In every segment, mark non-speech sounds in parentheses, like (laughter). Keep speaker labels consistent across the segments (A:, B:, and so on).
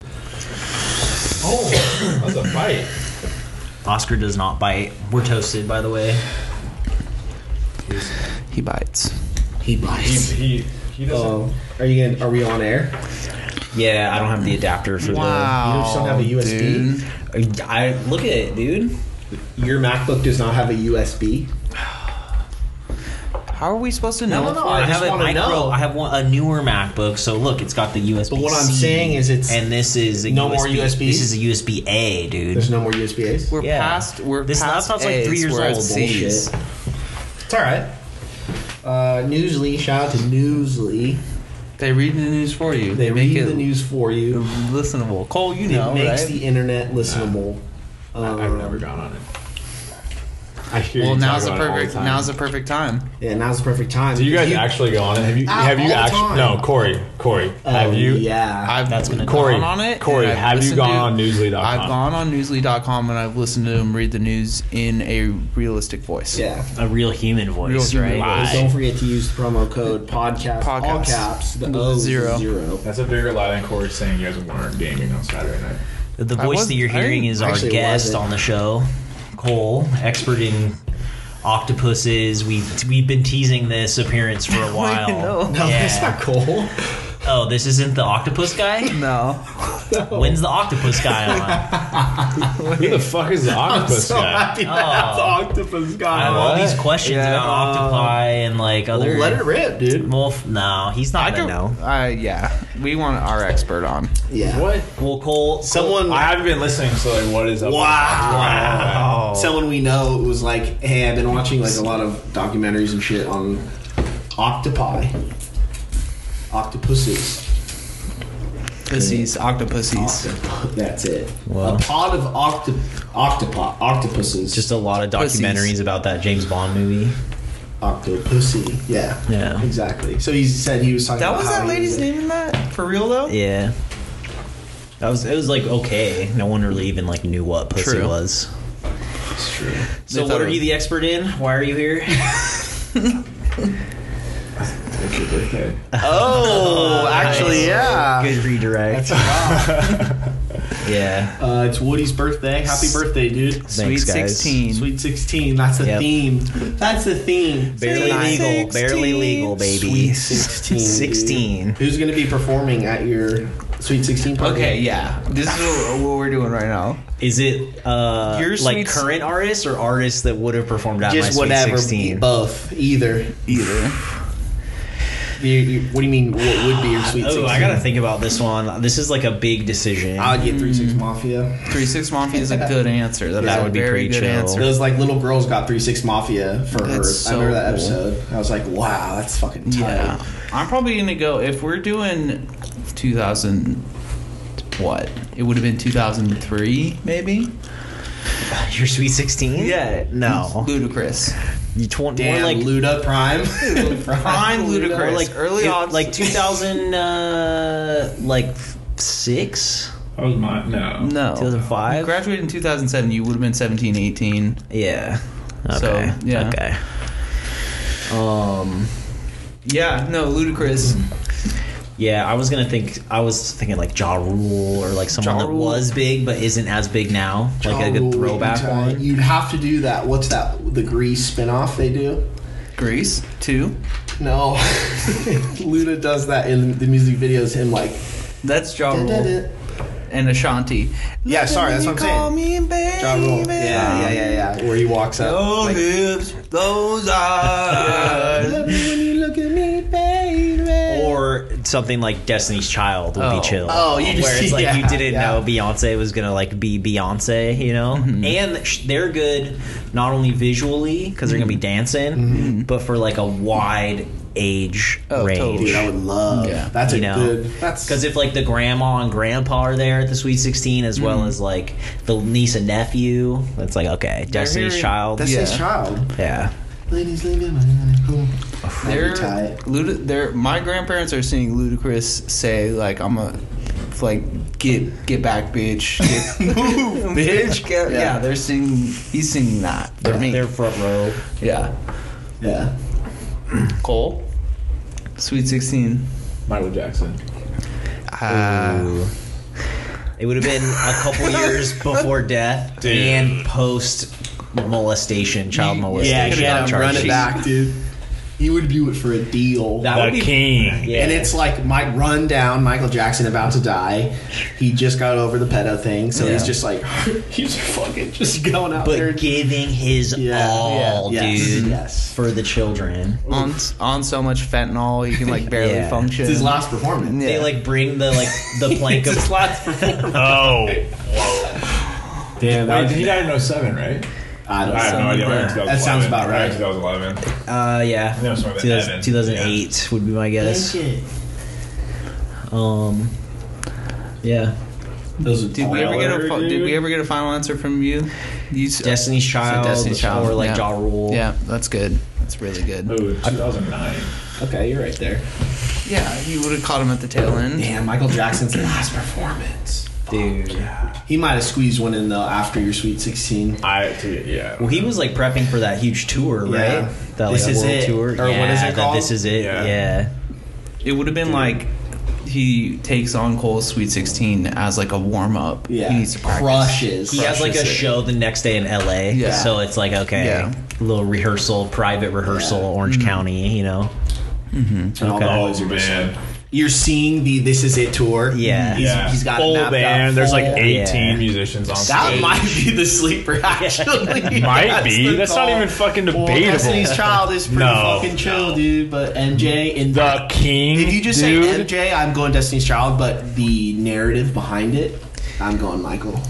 A: That's Oh, a fight.
B: Oscar does not bite. We're toasted, by the way.
C: He bites.
B: He
A: He,
B: bites.
A: he, he doesn't.
D: Oh, are you gonna? Are we on air?
B: Yeah, I don't have the adapter for
D: You just don't
A: Oh,
D: have a USB?
C: dude.
B: the. I look at it, dude.
D: Your MacBook does not have a USB.
C: How are we supposed to know?
D: No, no, no, I
B: have
D: just
B: a
D: wanna know.
B: I have one, a newer MacBook, so look, it's got the USB.
D: But what I'm saying is it's-
B: and this is a
D: No
B: USB,
D: more USBs?
B: This is a USB A, dude.
D: There's no more USBs.
C: We're
B: Yeah.
C: past. We're
B: This
C: past
B: laptop's like three
C: A's,
B: years
C: we're at
B: old,
C: C's.
B: bullshit.
D: It's all right. Uh, Newsly, shout out to Newsly.
C: They read the news for you.
D: They
C: make
D: read
C: it
D: the news for you.
C: listenable. Cole, you
D: It
C: know,
D: makes
C: right?
D: the internet listenable. Um,
A: I've never gone on it. I hear
C: well,
A: you
C: now's the
A: talk about it all
C: perfect.
A: time.
C: Now's the perfect time.
D: Yeah, now's the perfect time.
A: Do you guys actually go on it? Have you?
D: Ah,
A: have you
D: all the
A: actually?
D: time.
A: No, Corey. Corey,
D: Oh,
A: have you?
D: Yeah.
C: I've
B: That's gonna-
A: Corey,
C: gone on it.
A: Corey,
C: and I've
A: have you
C: listened
A: gone
C: to-
A: on Newsly.com?
C: I've gone on Newsly.com and I've listened to them read the news in a realistic voice.
D: yeah.
B: a real human voice,
C: Real human
B: right?
C: voice.
D: Guys, Don't forget to use the promo code podcast, all
C: Podcast.
D: caps. The
C: With
D: O is
C: zero.
D: zero.
A: That's a bigger lie than Corey saying you guys weren't gaming on Saturday
D: (laughs)
A: night.
B: The
C: I
B: voice
C: was-
B: that you're
C: I
B: hearing is our
D: actually
B: guest
D: wasn't.
B: on the show, Cole, expert in octopuses. We've we've been teasing this appearance
D: (laughs)
B: for a while.
C: no.
D: No,
B: Yeah.
D: that's not cool. (laughs)
B: Oh, this isn't the octopus guy.
C: (laughs) No.
B: When's the octopus guy on?
A: Who the fuck is the octopus
D: so
A: guy?
D: happy that's
B: Oh.
D: octopus
B: I have
D: guy.
B: all
A: What?
B: these questions
C: Yeah.
B: about octopi and like other.
D: Well, let it rip, dude.
B: Well, f- no, he's not
C: I
B: gonna
C: don't
B: know.
C: Uh, yeah. We want our expert on.
D: Yeah.
A: What?
B: Well, Cole,
D: Someone.
A: I haven't been listening, so like, what is up?
D: Wow. Someone we know was like, hey, I've been watching like a lot of documentaries and shit on octopi, octopuses.
C: Pussies, octopussies.
D: Octop- That's it.
B: Wow.
D: A pod of octo- octopi, octopuses.
B: just a lot of
C: Pussies.
B: documentaries about that James Bond movie.
D: octopussy. Yeah.
B: Yeah.
D: Exactly. So he said he was talking.
C: That
D: about
C: was
D: how
C: that
D: he
C: lady's
D: was-
C: name in that? For real though?
B: Yeah. That was it was like okay. No one really even like knew what pussy
C: True.
B: was.
D: It's true.
B: So
C: They
B: what
C: thought
B: are
C: it-
B: you the expert in? Why are you here?
A: It's your birthday.
C: Oh, actually, yeah.
B: Good redirect. yeah.
D: Uh, it's Woody's birthday. Happy birthday, dude.
B: Thanks,
C: Sweet
B: guys.
C: 16.
D: Sweet 16. That's the
B: Yep.
D: theme. That's the theme.
B: Barely
D: Tonight.
B: legal. Barely
C: 16.
B: legal, Oh, baby.
D: Sweet 16. dude.
B: 16.
D: Who's going to be performing at your Sweet 16 party?
C: Okay, yeah. This is what, what we're doing right now.
B: Is it uh
C: Your
B: like
C: sweet-
B: current artists or artists that would have performed at
D: Just
B: my
D: whatever.
B: Sweet 16?
D: Both. Either.
C: Either.
D: You- you- what do you mean, what would be your Sweet 16?
B: Oh, I gotta think about this one. This is like a big decision.
D: I would get 3 6 Mafia.
C: Three Six Mafia (laughs) is a good answer. That,
B: That
C: is a
B: would be
C: very
B: pretty
C: good
B: chill.
C: answer.
D: Those like little girls got 3 6 Mafia for her.
C: That's
D: I
C: so
D: remember that
C: cool.
D: episode. I was like, wow, that's fucking tight.
C: Yeah, I'm probably gonna go if we're doing 2000. What? It would have been 2003, maybe.
B: Your Sweet 16? No.
C: Ludicrous.
B: You tw-
D: Damn,
B: more like
D: Luda Prime. (laughs)
C: Prime
B: Or
C: Ludacris.
B: like
C: Early
B: it-
C: odds.
B: like 2000, uh, like six,
A: That was mine. No.
C: No.
B: 2005.
C: You graduated in 2007. You would have been 17, 18.
B: yeah. Okay.
C: So, yeah.
B: Okay. Um.
C: Yeah. No, ludicrous.
B: Yeah, I was gonna think. I was thinking like Ja Rule or like someone
C: Ja
B: that
C: Rule.
B: was big but isn't as big now, like a good throwback one.
D: You'd have to do that. What's that? The Grease spinoff they do?
C: Greece two.
D: No, (laughs) Luna does that in the music videos. Him like,
C: That's Ja Rule
D: yeah,
C: and Ashanti.
D: Yeah, sorry, that's what I'm
C: Call me baby.
D: Ja Rule. yeah, yeah, yeah, yeah. Where he walks up.
C: Those
D: like,
C: hips, those eyes.
D: Love me when you look at me, baby.
B: Or something like Destiny's Child would
C: Oh.
B: be chill.
D: Oh, you just-
B: where it's like you
D: (laughs) yeah,
B: didn't
D: yeah.
B: know Beyonce was gonna like be Beyonce, you know?
C: Mm-hmm.
B: And sh- they're good not only visually because they're gonna be
C: Mm-hmm.
B: dancing, but for like a wide age
C: Oh,
B: range.
C: totally.
D: Dude, I would love.
C: Yeah.
D: That's a
B: You know,
D: good. That's
B: Because if like the grandma and grandpa are there at the Sweet 16, as
C: Mm-hmm.
B: well as like the niece and nephew, that's like okay, Destiny's
C: here-
B: Child.
D: that's his
C: yeah.
D: child.
B: yeah,
D: Ladies, leaving my honey home.
C: (laughs) They're,
D: That'd be tight.
C: Lud- they're my grandparents are seeing Ludacris say like I'm a like get get back bitch
D: (laughs)
C: get, (laughs) move bitch get, yeah.
D: Yeah.
C: they're singing he's singing that for me
B: they're front row.
C: yeah
D: Yeah.
C: Cole Sweet Sixteen
A: Michael Jackson.
C: uh,
B: Ooh. It would have been a couple
D: (laughs)
B: years before death
A: Dude.
B: and post molestation, child molestation.
D: yeah,
B: on
D: yeah, yeah
B: charge
D: run it
B: sheet.
D: back, dude. He would do it for a deal.
B: That would
A: The
B: be-
A: king. (laughs)
B: Yeah.
D: And it's like Mike run down, Michael Jackson about to die. He just got over the pedo thing, so he's
C: Yeah.
D: just like (laughs) he's fucking just going out there.
B: but giving his
D: Yeah,
B: all,
D: yeah, yes,
B: dude,
D: yes.
B: for the children.
C: on on so much fentanyl you can like
D: (laughs)
C: barely
B: Yeah.
C: function.
D: It's his last performance.
C: Yeah.
B: They like bring the like the plank of
D: (laughs) last performance.
A: Oh. Damn. Wait, he died in 07, right?
D: I don't
A: I have no
D: know.
A: idea.
C: yeah.
D: That sounds about right.
A: 2011.
B: uh yeah,
A: I know it's more than
B: 2000-
A: Evan.
B: 2008 would be my guess. Um, yeah,
D: Those
C: Did we ever get a
A: Baller,
C: fi- did we
A: dude.
C: ever get a final answer from you? You s-
B: Destiny's Child,
C: Destiny's Child,
B: or like
C: yeah.
B: Ja Rule.
C: Yeah, that's good. That's really
A: Oh,
C: good.
A: 2009.
D: Okay, you're right there.
C: Yeah, you would have caught him at the tail
B: Mm-hmm.
C: end.
D: Damn, Michael Jackson's last performance.
B: dude.
D: He might have squeezed one in though after your Sweet 16.
A: I, dude, yeah.
B: Well, he was like prepping for that huge tour, right?
D: Yeah.
B: That like
D: This Is
B: world
D: It,
B: tour,
D: or what
B: yeah,
D: is it
B: that
D: called?
B: This is it. Yeah.
A: Yeah.
C: It would have been like he takes on Cole's Sweet 16 as like a warm up.
D: Yeah,
C: he needs to practice.
D: crushes.
B: He has like a
C: Crushes it.
B: show the next day in L.A.
C: Yeah.
B: So it's like okay,
C: Yeah.
B: little rehearsal, private rehearsal, Orange County. You know,
D: And all
B: Okay.
D: the boys
A: Oh,
D: are just-
A: man.
D: You're seeing the This Is It tour.
B: Yeah.
D: He's,
A: yeah.
D: he's got it
A: full
D: mapped out.
A: band. There's like
D: Full-
A: 18
B: Yeah.
A: musicians on
D: That
A: stage.
D: might be the sleeper,
A: (laughs)
D: actually.
A: Might
D: That's
A: be.
D: the
A: That's not
D: call.
A: even fucking
D: Well,
A: debatable.
D: Destiny's Child is pretty
A: No.
D: fucking chill, dude. But MJ in
A: the king.
D: If you just
A: dude.
D: say MJ, I'm going Destiny's Child, but the narrative behind it, I'm going Michael.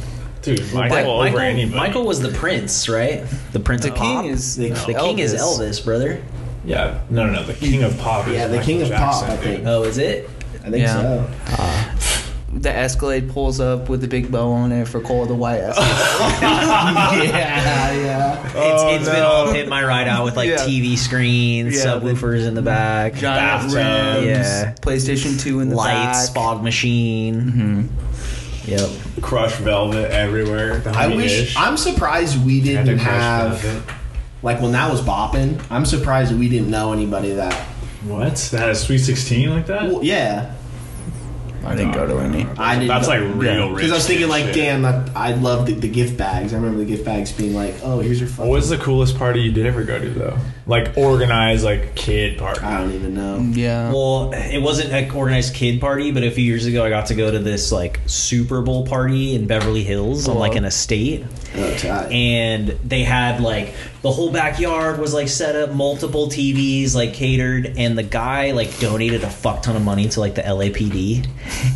A: dude, Michael
B: Mi-
A: over
B: Michael,
A: anybody.
B: Michael was the prince, right? The prince
C: The
B: of pop.
C: king is
B: the, the king is Elvis, brother.
A: Yeah, no, no, no. The king of pop. Is
D: Yeah, the
A: Michael
D: king of
A: Jackson,
D: pop, I
A: dude.
D: think.
B: Oh, is it?
D: I think
C: Yeah.
D: so.
C: The Escalade pulls up with the big bow on it for Cole the white Escalade.
D: yeah, yeah.
B: It's,
A: Oh,
B: it's been
A: no.
B: all hit my ride out with like
C: Yeah.
B: TV screens,
C: Yeah, the-
B: subwoofers in the back,
C: Giant
A: Bathtub.
C: rims,
B: Yeah.
C: PlayStation 2 in the
B: lights,
C: back.
B: fog machine. Yep.
A: Crush velvet everywhere.
D: I wish. I'm surprised we
A: had to
D: didn't
A: crush
D: have.
A: velvet.
D: Like when that was bopping, I'm surprised we didn't know anybody that.
A: What? That is Sweet 16 like that?
D: Well, yeah,
C: I didn't go to any.
D: I didn't.
A: That's
D: know.
A: like real rich.
D: Because I was thinking,
A: kid
D: like,
A: shit.
D: damn, that, I love the, the gift bags. I remember the gift bags being like, oh, here's your
A: What
D: fucking.
A: was the coolest party you did ever go to though? Like organized, like kid party.
D: I don't even
B: Mm.
D: know.
C: Yeah.
B: Well, it wasn't an organized kid party, but a few years ago, I got to go to this like Super Bowl party in Beverly Hills on like an estate,
D: Oh, tight.
B: and they had like the whole backyard was like set up, multiple TVs like catered, and the guy like donated a fuck ton of money to like the LAPD,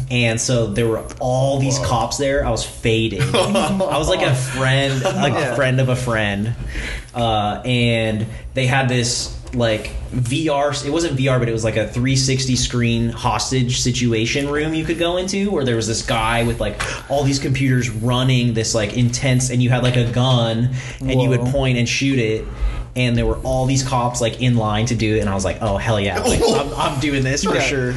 B: and so there were all these cops there. I was faded. I was like a friend, like a friend of a friend, uh, and they had this like VR. It wasn't VR, but it was like a 360 screen hostage situation room you could go into, where there was this guy with like all these computers running this like intense, and you had like a gun, and you would
C: Whoa.
B: point and shoot it. And there were all these cops like in line to do it, and I was like, "Oh hell yeah! Like, I'm,
C: (laughs)
B: I'm doing this for
C: Yeah.
B: sure."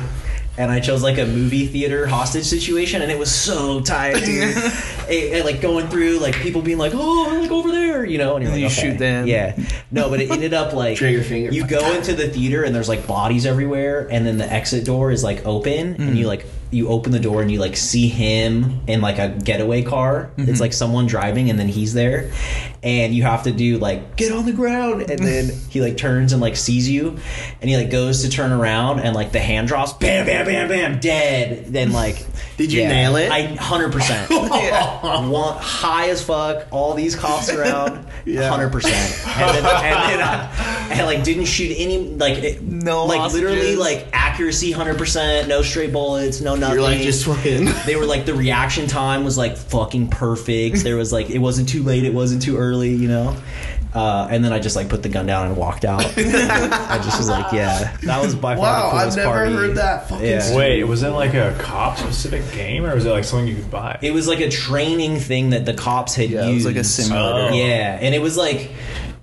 B: And I chose like a movie theater hostage situation, and it was so tight,
C: (laughs)
B: dude. It- it, like going through, like people being like, "Oh, they're like over there," you know, and you're
C: And
B: like,
C: you
B: "Okay."
C: shoot them.
B: Yeah, no, but it ended up like
D: Trigger finger.
B: You go into the theater and there's like bodies everywhere, and then the exit door is like open, and
D: Mm.
B: you like you open the door and you like see him in like a getaway car.
D: Mm-hmm.
B: It's like someone driving, and then he's there, and you have to do like get on the ground, and
D: (laughs)
B: then he like turns and like sees you, and he like goes to turn around, and like the hand drops, bam, bam, bam, bam, dead. Then like.
D: Did you nail it?
B: I hundred
D: (laughs)
B: percent. (laughs) One high as fuck. All these cops
C: (laughs)
B: around.
D: Yeah.
B: Hundred percent. And then, and then I, I like didn't shoot any like it,
C: No
B: like literally
C: hostages.
B: like accuracy hundred percent. No stray bullets. No nothing.
D: You're like just fucking.
B: they were like the reaction time was like fucking perfect. There was like it wasn't too late. It wasn't too early. You know. Uh, and then I just like put the gun down and walked
C: (laughs)
B: out. I just was like, yeah, that was by far
D: Wow,
B: the
D: I've
B: coolest
D: never
B: party.
D: heard that fucking.
B: Yeah.
D: story.
A: Wait, was it like a cop specific game or was it like something you could buy?
B: It was like a training thing that the cops had
C: Yeah, it was
B: used.
C: like a simulator.
A: Oh.
B: Yeah, and it was like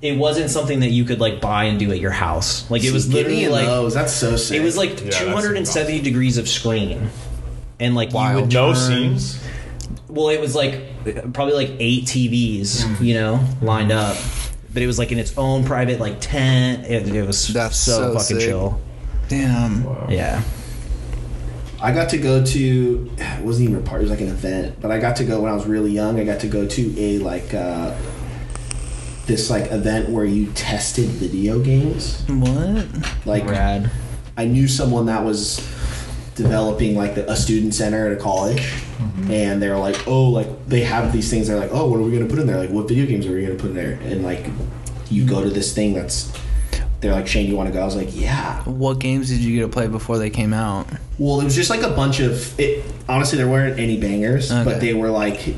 B: it wasn't something that you could like buy and do at your house. Like it was
D: Give
B: literally
D: me of
B: like
D: those. That's so sick.
B: it was like
A: Yeah, that's
B: 270 degrees of screen. And like you would
A: no
B: turn-
A: scenes.
B: Well, it was like probably like 8 TVs,
D: Hmm.
B: you know, lined up. But it was like in its own private like tent. It, it was
C: That's
B: so,
C: so
B: fucking
C: sick.
B: chill.
C: Damn.
A: Wow.
B: Yeah.
D: I got to go to it wasn't even a party, it was like an event, but I got to go when I was really young. I got to go to a like uh, this like event where you tested video games.
C: What?
D: Like
B: Rad.
D: I knew someone that was developing like the, a student center at a college, and they were like, "Oh, like they have these things." They're like, "Oh, what are we gonna put in there? Like, what video games are we gonna put in there?" And like, you go to this thing that's. They're like, Shane, you want to go? I was like, yeah.
C: What games did you get to play before they came out?
D: Well, it was just like a bunch of. It, honestly, there weren't any bangers,
C: Okay.
D: but they were like,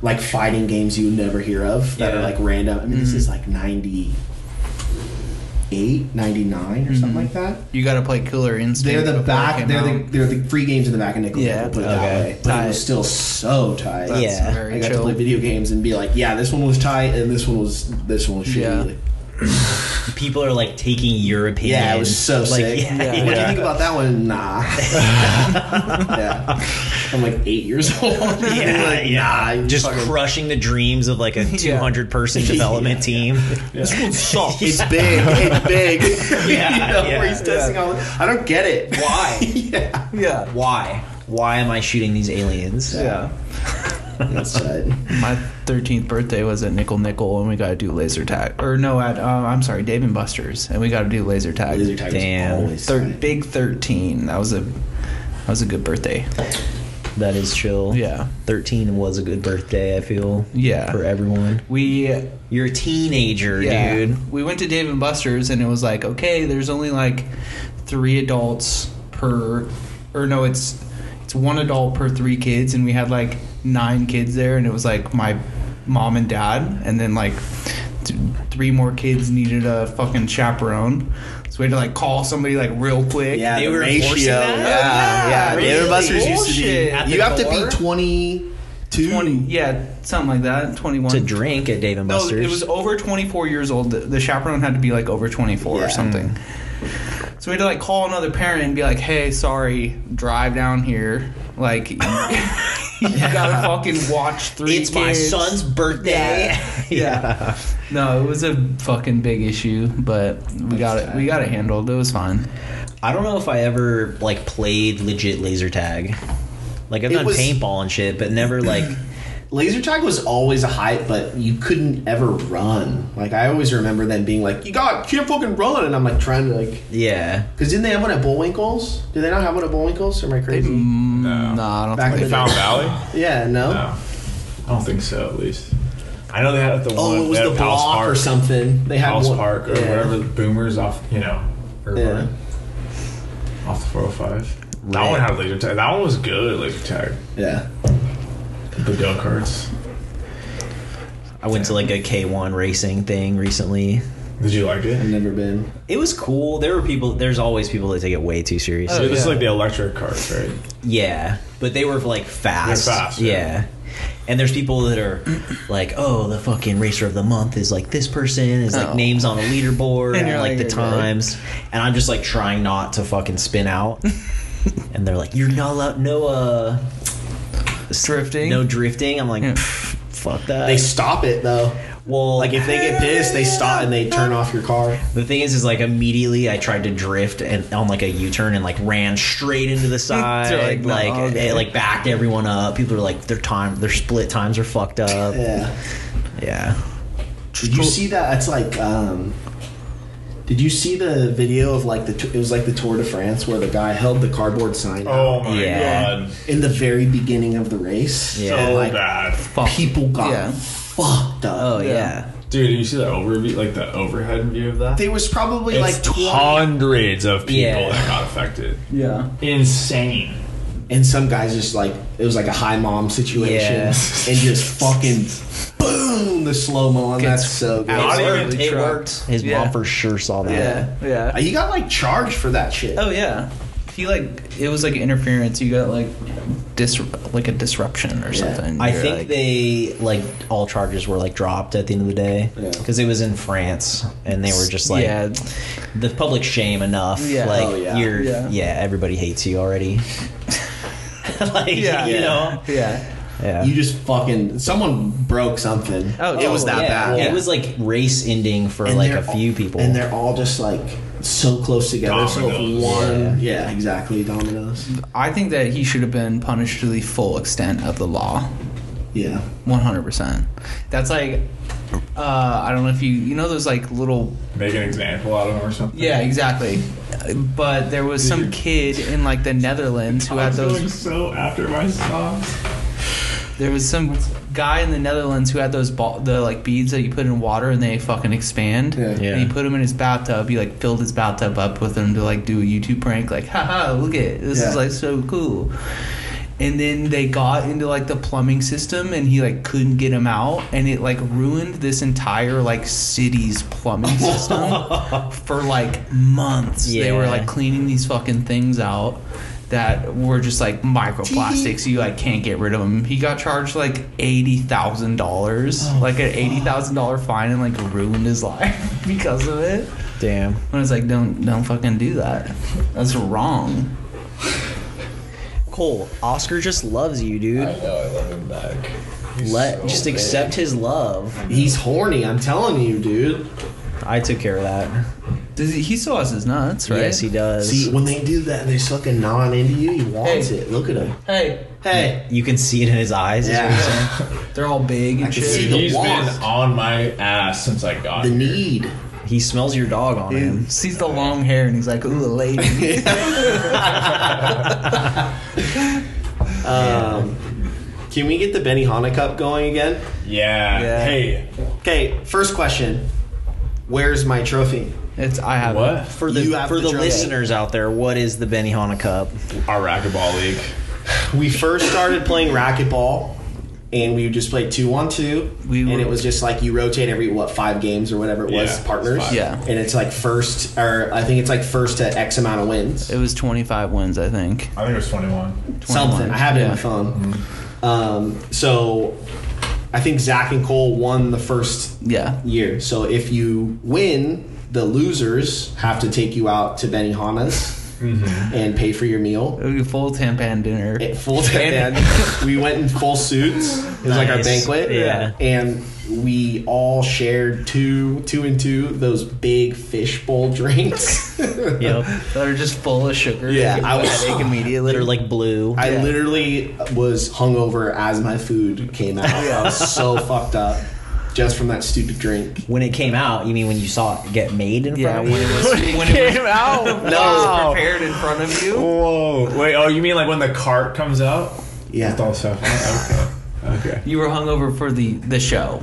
D: like fighting games you would never hear of that are
B: Yeah.
D: like random. I mean, this is like 98, 99 or something like that.
C: You got to play Killer Instinct.
D: They're the
C: before it
D: back.
C: came
D: They're the,
C: out?
D: they're the free games in the back of Nickel.
C: Yeah,
D: we'll put it
B: okay.
D: that way. But it was
C: Tight.
D: still so tight.
B: That's Yeah.
C: very
D: I got
C: chill.
D: to play video games and be like, yeah, this one was tight, and this one was this one was shitty.
C: Yeah.
D: Like,
B: People are like taking European.
D: yeah, it was so
B: like,
D: sick.
B: Yeah,
C: Yeah.
D: What do you
B: yeah.
D: think about that one? Nah.
B: (laughs)
D: yeah, I'm like eight years old. (laughs)
B: Yeah,
D: like,
B: yeah.
D: Nah,
B: (laughs)
D: you
B: Just
D: fucking-
B: crushing the dreams of like a 200 person development team. This one (laughs) sucks.
D: (laughs) It's big. It's big.
B: (laughs) Yeah,
D: (laughs) you know,
B: yeah.
D: where he's testing all. I don't get it.
B: Why?
D: (laughs) yeah.
C: yeah.
B: Why? Why am I shooting these aliens?
C: Yeah.
D: That's tight.
C: My 13th birthday was at Nickel Nickel, and we got to do laser tag. Or no, at uh, I'm sorry, Dave and Buster's, and we got to do laser tag.
D: Laser tag
B: Damn.
D: is always
C: Thir-
D: tight.
C: big 13. That was a that was a good birthday.
B: That is chill.
C: Yeah.
B: 13 was a good birthday, I feel.
C: Yeah.
B: For everyone.
C: We
B: You're a teenager,
C: yeah,
B: dude.
C: we went to Dave and Buster's, and it was like okay, there's only like three adults per, or no, it's it's one adult per three kids, and we had like nine kids there, and it was like my mom and dad, and then like th- three more kids needed a fucking chaperone. So we had to like call somebody like real quick.
D: Yeah,
B: They
D: the
B: were
D: ratio.
B: enforcing that?
D: Yeah, yeah.
C: Really?
D: Dave and Buster's used to be.
C: Bullshit. At
B: the
D: you have to
B: door?
D: be 22.
C: 20, yeah, something like that. Twenty one
B: To drink at Dave and
C: No,
B: Buster's.
C: it was over 24 years old. The, the chaperone had to be like over 24
D: Yeah.
C: or something. So we had to like call another parent and be like, "Hey, sorry, drive down here.
B: (laughs)
C: Like, you (laughs) gotta fucking watch three.
B: it's my
C: kids."
B: son's birthday. (laughs)
C: Yeah. (laughs) Yeah. No, it was a fucking big issue, but we got it. We got it handled. It was fine.
B: I don't know if I ever like played legit laser tag. Like I've
D: It
B: done
D: was-
B: paintball and shit, but
C: (clears throat)
B: never like
D: Laser tag was always a hype, but you couldn't ever run. Like I always remember them being like, "You got can't fucking run," and I'm like trying to like,
B: yeah.
D: because didn't they have one at Bullwinkles? Did they not have one at Bullwinkles? Am I crazy?
C: No,
A: No.
C: Mm, I don't
D: Back
C: think
D: in
A: Like
D: the-
A: Fountain
D: (laughs)
A: Valley?
D: yeah, no.
A: No. I don't think so, at least. I know they had it at the one
D: Oh, it was
A: at
D: the
A: Palace
D: block
A: Park,
D: or something. They had
A: Palace
D: one,
A: Park or
D: yeah.
A: whatever the boomers off, you know, Irvine. Off the 405. That one had laser tag. That one was good, laser tag.
D: Yeah,
A: The go karts.
B: I went to like a K1 racing thing recently.
A: Did you like it?
D: I've never been.
B: It was cool. There were people there's always people that take it way too serious.
A: So this is
C: yeah.
A: like the electric karts, right?
B: Yeah, but they were like fast.
A: They're fast,
B: Yeah.
A: yeah.
B: And there's people that are like, oh, the fucking racer of the month is like this person is like
C: Oh.
B: names on a leaderboard
C: (laughs) And
B: and,
C: you're
B: like,
C: like,
B: the
C: "You're good."
B: times. And I'm just like trying not to fucking spin
C: (laughs)
B: out. and they're like, you're not allowed no uh
C: drifting.
B: no drifting. I'm like,
C: Yeah.
B: "Pff, fuck that.
D: They stop it though.
B: well,
D: Like if they get pissed, they stop and they turn off your car.
B: The thing is, is like immediately I tried to drift and on like a U turn and like ran straight into
C: (laughs)
B: the
C: They're
B: side,
C: like,
B: like
C: "No, okay."
B: it like backed everyone up. People are like their time, their split times are fucked up.
D: (laughs) Yeah.
B: Yeah,
D: Did you see that? That's like, um, did you see the video of like the t- it was like the Tour de France where the guy held the cardboard sign
A: Oh my
B: Yeah.
A: god.
D: in the very beginning of the race?
B: Yeah.
A: Oh. So
D: And, like,
A: bad.
C: Fuck.
D: people got
C: Yeah.
D: fucked up.
B: oh yeah.
C: Yeah.
A: Dude, did you see that overview, like the overhead view of that?
D: There was probably like
A: It's
D: 20,
A: hundreds of people
B: Yeah.
A: that got affected.
C: Yeah.
A: Insane.
D: and some guys just like it was like a high mom situation
B: Yeah.
D: (laughs) and just fucking boom the slow mo and
C: Gets
D: that's so good.
A: out
D: It
A: of
D: worked.
A: the
B: It
C: truck.
B: worked. His
C: Yeah.
B: mom for sure saw that.
C: Yeah. Yeah.
D: He got like charged for that shit.
C: Oh yeah. He like it was like interference. You got like dis like a disruption or something.
B: I
C: You're
B: think
C: like-
B: they like all charges were like dropped at the end of the day
D: Yeah.
B: because it was in France and they were just like
C: yeah
B: the public shame enough.
C: Yeah.
B: Like
D: Oh, yeah.
B: you're (laughs)
C: Yeah. (laughs)
B: yeah. everybody hates you already. (laughs) like
C: Yeah.
B: you know.
C: yeah
B: Yeah. Oh,
D: You just fucking someone broke something. it was that
B: yeah.
D: bad.
B: It was like race ending for
D: And
B: like
D: they're
B: a few
D: all-
B: people.
D: and they're all just like so close together.
A: Dominoes.
D: So if one, yeah. exactly, dominoes.
C: I think that he should have been punished to the full extent of the law.
D: Yeah,
C: 100%. That's like, uh, I don't know if you, you know, those like little
A: Make an example out of him or something.
C: Yeah, exactly. But there was some kid in like the Netherlands who
B: (laughs)
A: I'm
C: had
A: feeling
C: those.
A: so after my songs.
C: There was some guy in the Netherlands who had those ball, the like beads that you put in water and they fucking expand.
D: Yeah.
B: Yeah.
C: And he put them in his bathtub. He like filled his bathtub up with them to like do a YouTube prank. Like, haha, look at this
D: Yeah.
C: is like so cool. And then they got into like the plumbing system and he like couldn't get him out and it like ruined this entire like city's plumbing system for like months. They were
B: Yeah.
C: like cleaning these fucking things out that were just like microplastics. You like can't get rid of them. He got charged like eighty thousand dollars, like an eighty thousand dollar fine, and like ruined his (laughs) life because of it.
B: Damn.
C: And it's like, don't don't fucking do that. That's wrong.
B: Cole, Oscar just loves you, dude.
A: know I love him back. He's
B: Let
A: so
B: just
A: big.
B: accept his love.
D: he's horny. I'm telling you, dude.
B: I took care of that.
C: Does he, he still has his nuts, right?
B: Yes, he does.
D: See, when they do that, they suck a non into you. He wants
C: Hey.
D: it. Look at him.
C: Hey,
D: Hey.
B: you can see it in his eyes. is what you're saying?
C: (laughs) they're all big and
D: can
C: shit.
D: see
A: Dude,
D: the
A: he's been
D: want.
A: on my ass since I got
D: The
A: here.
D: need.
B: He smells your dog on him.
C: He sees the long hair and he's like, ooh, a (laughs) lady.
D: Um, can we get the Benihana Cup going again?
A: Yeah.
C: Yeah.
A: Hey.
D: Okay, first question. Where's my trophy?
C: it's I have
A: What?
B: For the
D: You have
B: for
D: to
B: the
D: try it.
B: listeners out there, what is the Benihana Cup?
A: Our racquetball league.
D: We first started playing racquetball, and we would just play two on two,
C: We
D: and
C: were-
D: it was just like you rotate every what five games or whatever it was
A: Yeah,
D: partners.
A: five.
C: Yeah.
D: and it's like first or I think it's like first to X amount of wins.
C: It was 25 wins, I think.
A: I think it was 21.
C: 21.
D: Something I have it in
C: Yeah.
D: my phone. Um, so I think Zach and Cole won the first
C: Yeah.
D: year. So if you win, the losers have to take you out to Benihana's
A: Mm-hmm.
D: and pay for your meal.
C: It was a full tampan dinner.
D: It full (laughs) tan. we went in full suits. It was like our
B: Nice.
D: banquet.
B: Yeah.
D: And we all shared two, two and two, those big fishbowl
B: (laughs)
D: drinks.
B: Yep.
C: that are just full of sugar.
D: Yeah,
C: I
D: I was-
C: was headache immediately.
B: that are like blue.
D: I
C: Yeah.
D: literally was hungover as my food came out. I was so fucked up just from that stupid drink.
B: when it came out, you mean when you saw it get made in
C: yeah,
B: front
C: when
B: of you? (laughs)
C: it was when it came out, no,
D: Wow.
C: prepared in front of you.
A: Whoa. Wait, oh, you mean like when the cart comes out?
D: Yeah.
A: With all the stuff on it? Okay.
D: (laughs)
A: Okay.
C: You were hungover for the the show.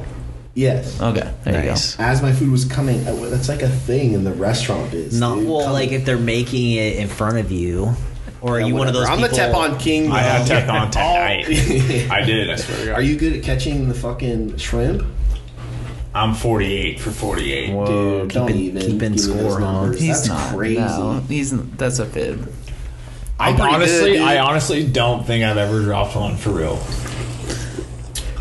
D: Yes.
C: Okay, there
B: Nice.
D: As my food was coming, out- that's like a thing in the restaurant biz.
B: Not
D: dude.
B: well,
D: Come-
B: like if they're making it in front of you, or are
D: Yeah,
B: you one of those?
D: whatever. I'm
B: people,
D: the Teflon King.
A: I had
D: bro.
A: tech on
D: (laughs)
A: tonight.
D: Oh.
A: I did, I swear to God.
D: Are you good at catching the fucking shrimp?
A: I'm 48 for 48.
B: Whoa,
D: Dude,
B: keeping,
D: don't even
B: keeping
D: give me those
B: score, huh?
D: numbers.
C: you go. He's
D: That's
C: not
D: crazy.
C: No, he's that's a fib.
A: I
D: I'm pretty
A: honestly,
D: good, dude.
A: I honestly don't think I've ever dropped one for real.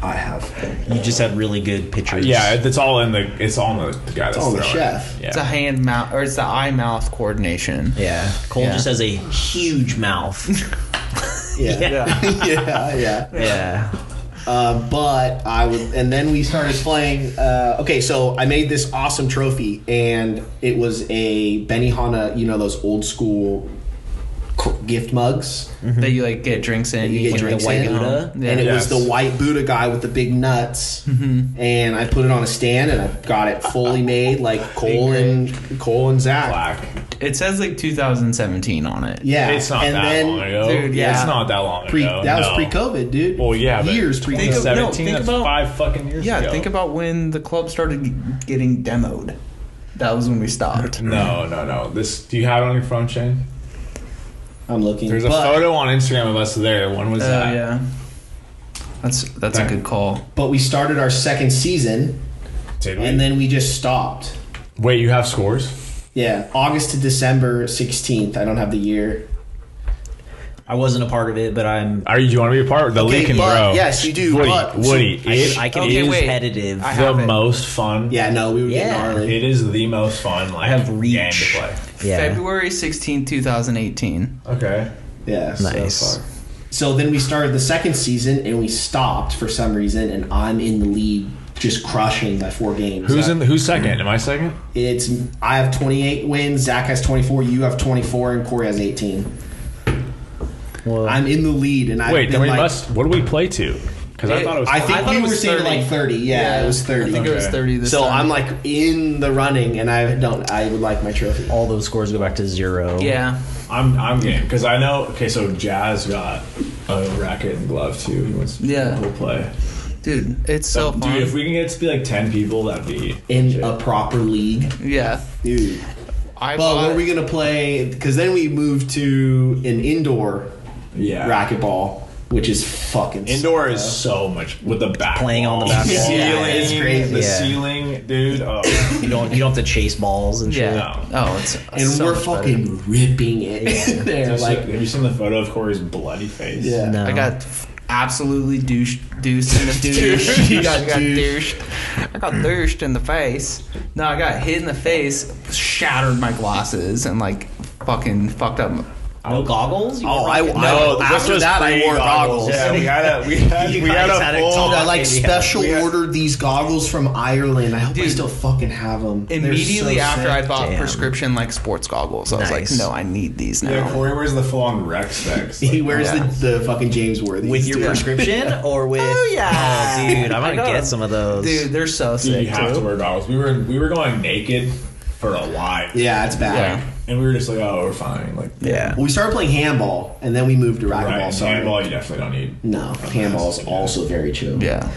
D: I have.
B: You just had really good pictures.
A: Yeah, it- it's all in the. It's all in the, the guy that's
D: all in the
A: throwing it.
D: chef.
A: Yeah.
C: It's a hand mouth or it's the eye mouth coordination.
B: yeah. Cole
C: Yeah.
B: just has a huge mouth.
D: Yeah. Yeah. (laughs) yeah,
B: (laughs) yeah.
D: Uh, but I would, and then we started playing. Uh, okay, so I made this awesome trophy, and it was a Benihana, you know, those old school c- gift mugs.
C: That you Mm-hmm. like get drinks in,
D: You get
C: can
D: drinks
C: the white
D: in.
C: Buddha. Yeah.
D: And it
A: Yes.
D: was the white Buddha guy with the big nuts.
C: Mm-hmm.
D: And I put it on a stand, and I got it fully made, like Cole and Cole and Zach.
A: Black.
C: it says like 2017 on it.
D: Yeah,
A: It's not
D: and
A: that
D: then
A: long ago.
C: Dude, yeah.
A: It's not that long
D: Pre,
A: ago.
D: that was
A: no.
D: pre-COVID, dude.
A: Well, yeah, but
D: years
C: Think of-
D: pre-COVID.
A: 2017.
C: no, think
A: that's
C: about-
A: five fucking years
C: Yeah,
A: ago.
C: think about when the club started getting demoed. That was when we stopped.
A: No, no, no. This. Do you have it on your phone, Shane?
D: I'm looking.
A: There's a
D: but,
A: photo on Instagram of us there. When was
C: Oh
A: that?
C: yeah, that's that's a good call.
D: but we started our second season,
A: Did we?
D: and then we just stopped.
A: Wait, you have scores?
D: Yeah, August to December 16th. I don't have the year.
B: I wasn't a part of it, but I'm.
A: Are you? Do you want to be a part? The leaking,
D: but-
A: bro.
D: yes, you do,
A: Woody,
D: but-
A: Woody. it
B: I can
C: Okay,
B: be
C: wait.
B: competitive.
C: I
A: is
C: have-
A: the
C: it.
A: most fun.
D: Yeah, no, we were getting
B: Yeah.
D: gnarly.
A: It is the most fun. Like I
B: have reach.
A: game to play.
B: yeah.
C: February 16, 2018.
A: Okay.
D: Yeah, so
B: Nice.
D: far. So then we started the second season and we stopped for some reason, and I'm in the lead, just crushing by four games.
A: Who's in? Who's second? Am I second?
D: It's I have 28 wins, Zach has 24, you have 24, and Corey has 18.
B: Well,
D: I'm in the lead, and I've
A: Wait,
D: been
A: then we
D: like,
A: must. What do we play to? Because I
C: It-
A: thought it was.
D: I think
C: I thought
D: you
C: it
D: were
C: was
D: saying
C: 30.
D: like 30. Yeah, it was 30.
C: I think it was
A: Okay.
C: 30 this
D: so
C: time.
D: I'm like in the running, and I don't. I would like my trophy.
B: all those scores go back to zero.
C: Yeah.
A: I'm I'm game because I know. Okay, so Jazz got a racket and glove too. He wants to
C: Yeah.
A: we'll play.
C: Dude, it's so
A: dude,
C: fun.
A: if we can get to be like ten people, that'd be
D: In a proper league,
C: yeah.
D: dude.
C: I
D: But
C: bought-
D: what are we gonna play? Because then we moved to an indoor
A: yeah.
D: racquetball, which is fucking
A: Indoor is so much with the back
B: Playing on the
A: wall,
B: back
A: the
B: wall.
A: ceiling,
D: Yeah, it's crazy.
A: The
B: Yeah.
A: ceiling, dude. Oh,
B: You don't you don't have to chase balls and
C: Yeah.
B: shit.
A: No.
C: Oh, it's
B: uh,
D: And
C: so
D: we're
C: much better.
D: fucking ripping
C: (laughs)
D: it in there,
A: Just,
D: like
A: have you seen the photo of Corey's bloody face?
D: yeah.
B: No.
C: I got absolutely douche,
A: (laughs)
C: deuced in the douche.
D: Douche.
C: I got, got
D: Douche.
C: douched. I got douched in the face. No, I got hit in the face, shattered my glasses, and like fucking fucked up. my-
B: No goggles? You
D: Oh,
B: were
D: I,
B: rocking-
A: No,
D: I
A: this
D: after
A: was
D: that I wore
A: pre-goggles.
D: goggles.
A: Yeah, we had a we had,
B: You
A: we had
B: guys
A: a
B: had it
A: full
B: taught.
D: Dude, I like
B: Yeah.
D: special
A: Yeah.
D: ordered these goggles from Ireland. I hope I
C: Dude.
D: still fucking have them.
C: Immediately after, I bought
B: Damn.
C: prescription like sports goggles. I was
B: Nice.
C: like, no, I need these now.
A: Yeah, Corey wears the full on Rex specs.
D: (laughs) he wears
C: Yeah.
D: the, the fucking James Worthy
B: with your prescription or with
C: Oh, yeah.
B: Oh, dude, I'm
C: (laughs) I
B: gonna
C: got
B: get
C: it.
B: some of those.
C: Dude, they're so
A: Dude,
C: sick.
A: you have to
C: too.
A: wear goggles. We were we were going naked for a while.
D: Yeah, it's bad.
C: Yeah.
A: And we were just like, oh, we're fine. Like,
B: yeah.
D: Well, we started playing handball, and then we moved to
A: right.
D: racquetball. sorry.
A: handball, you definitely don't need.
D: No, handball is also very chill.
C: Yeah.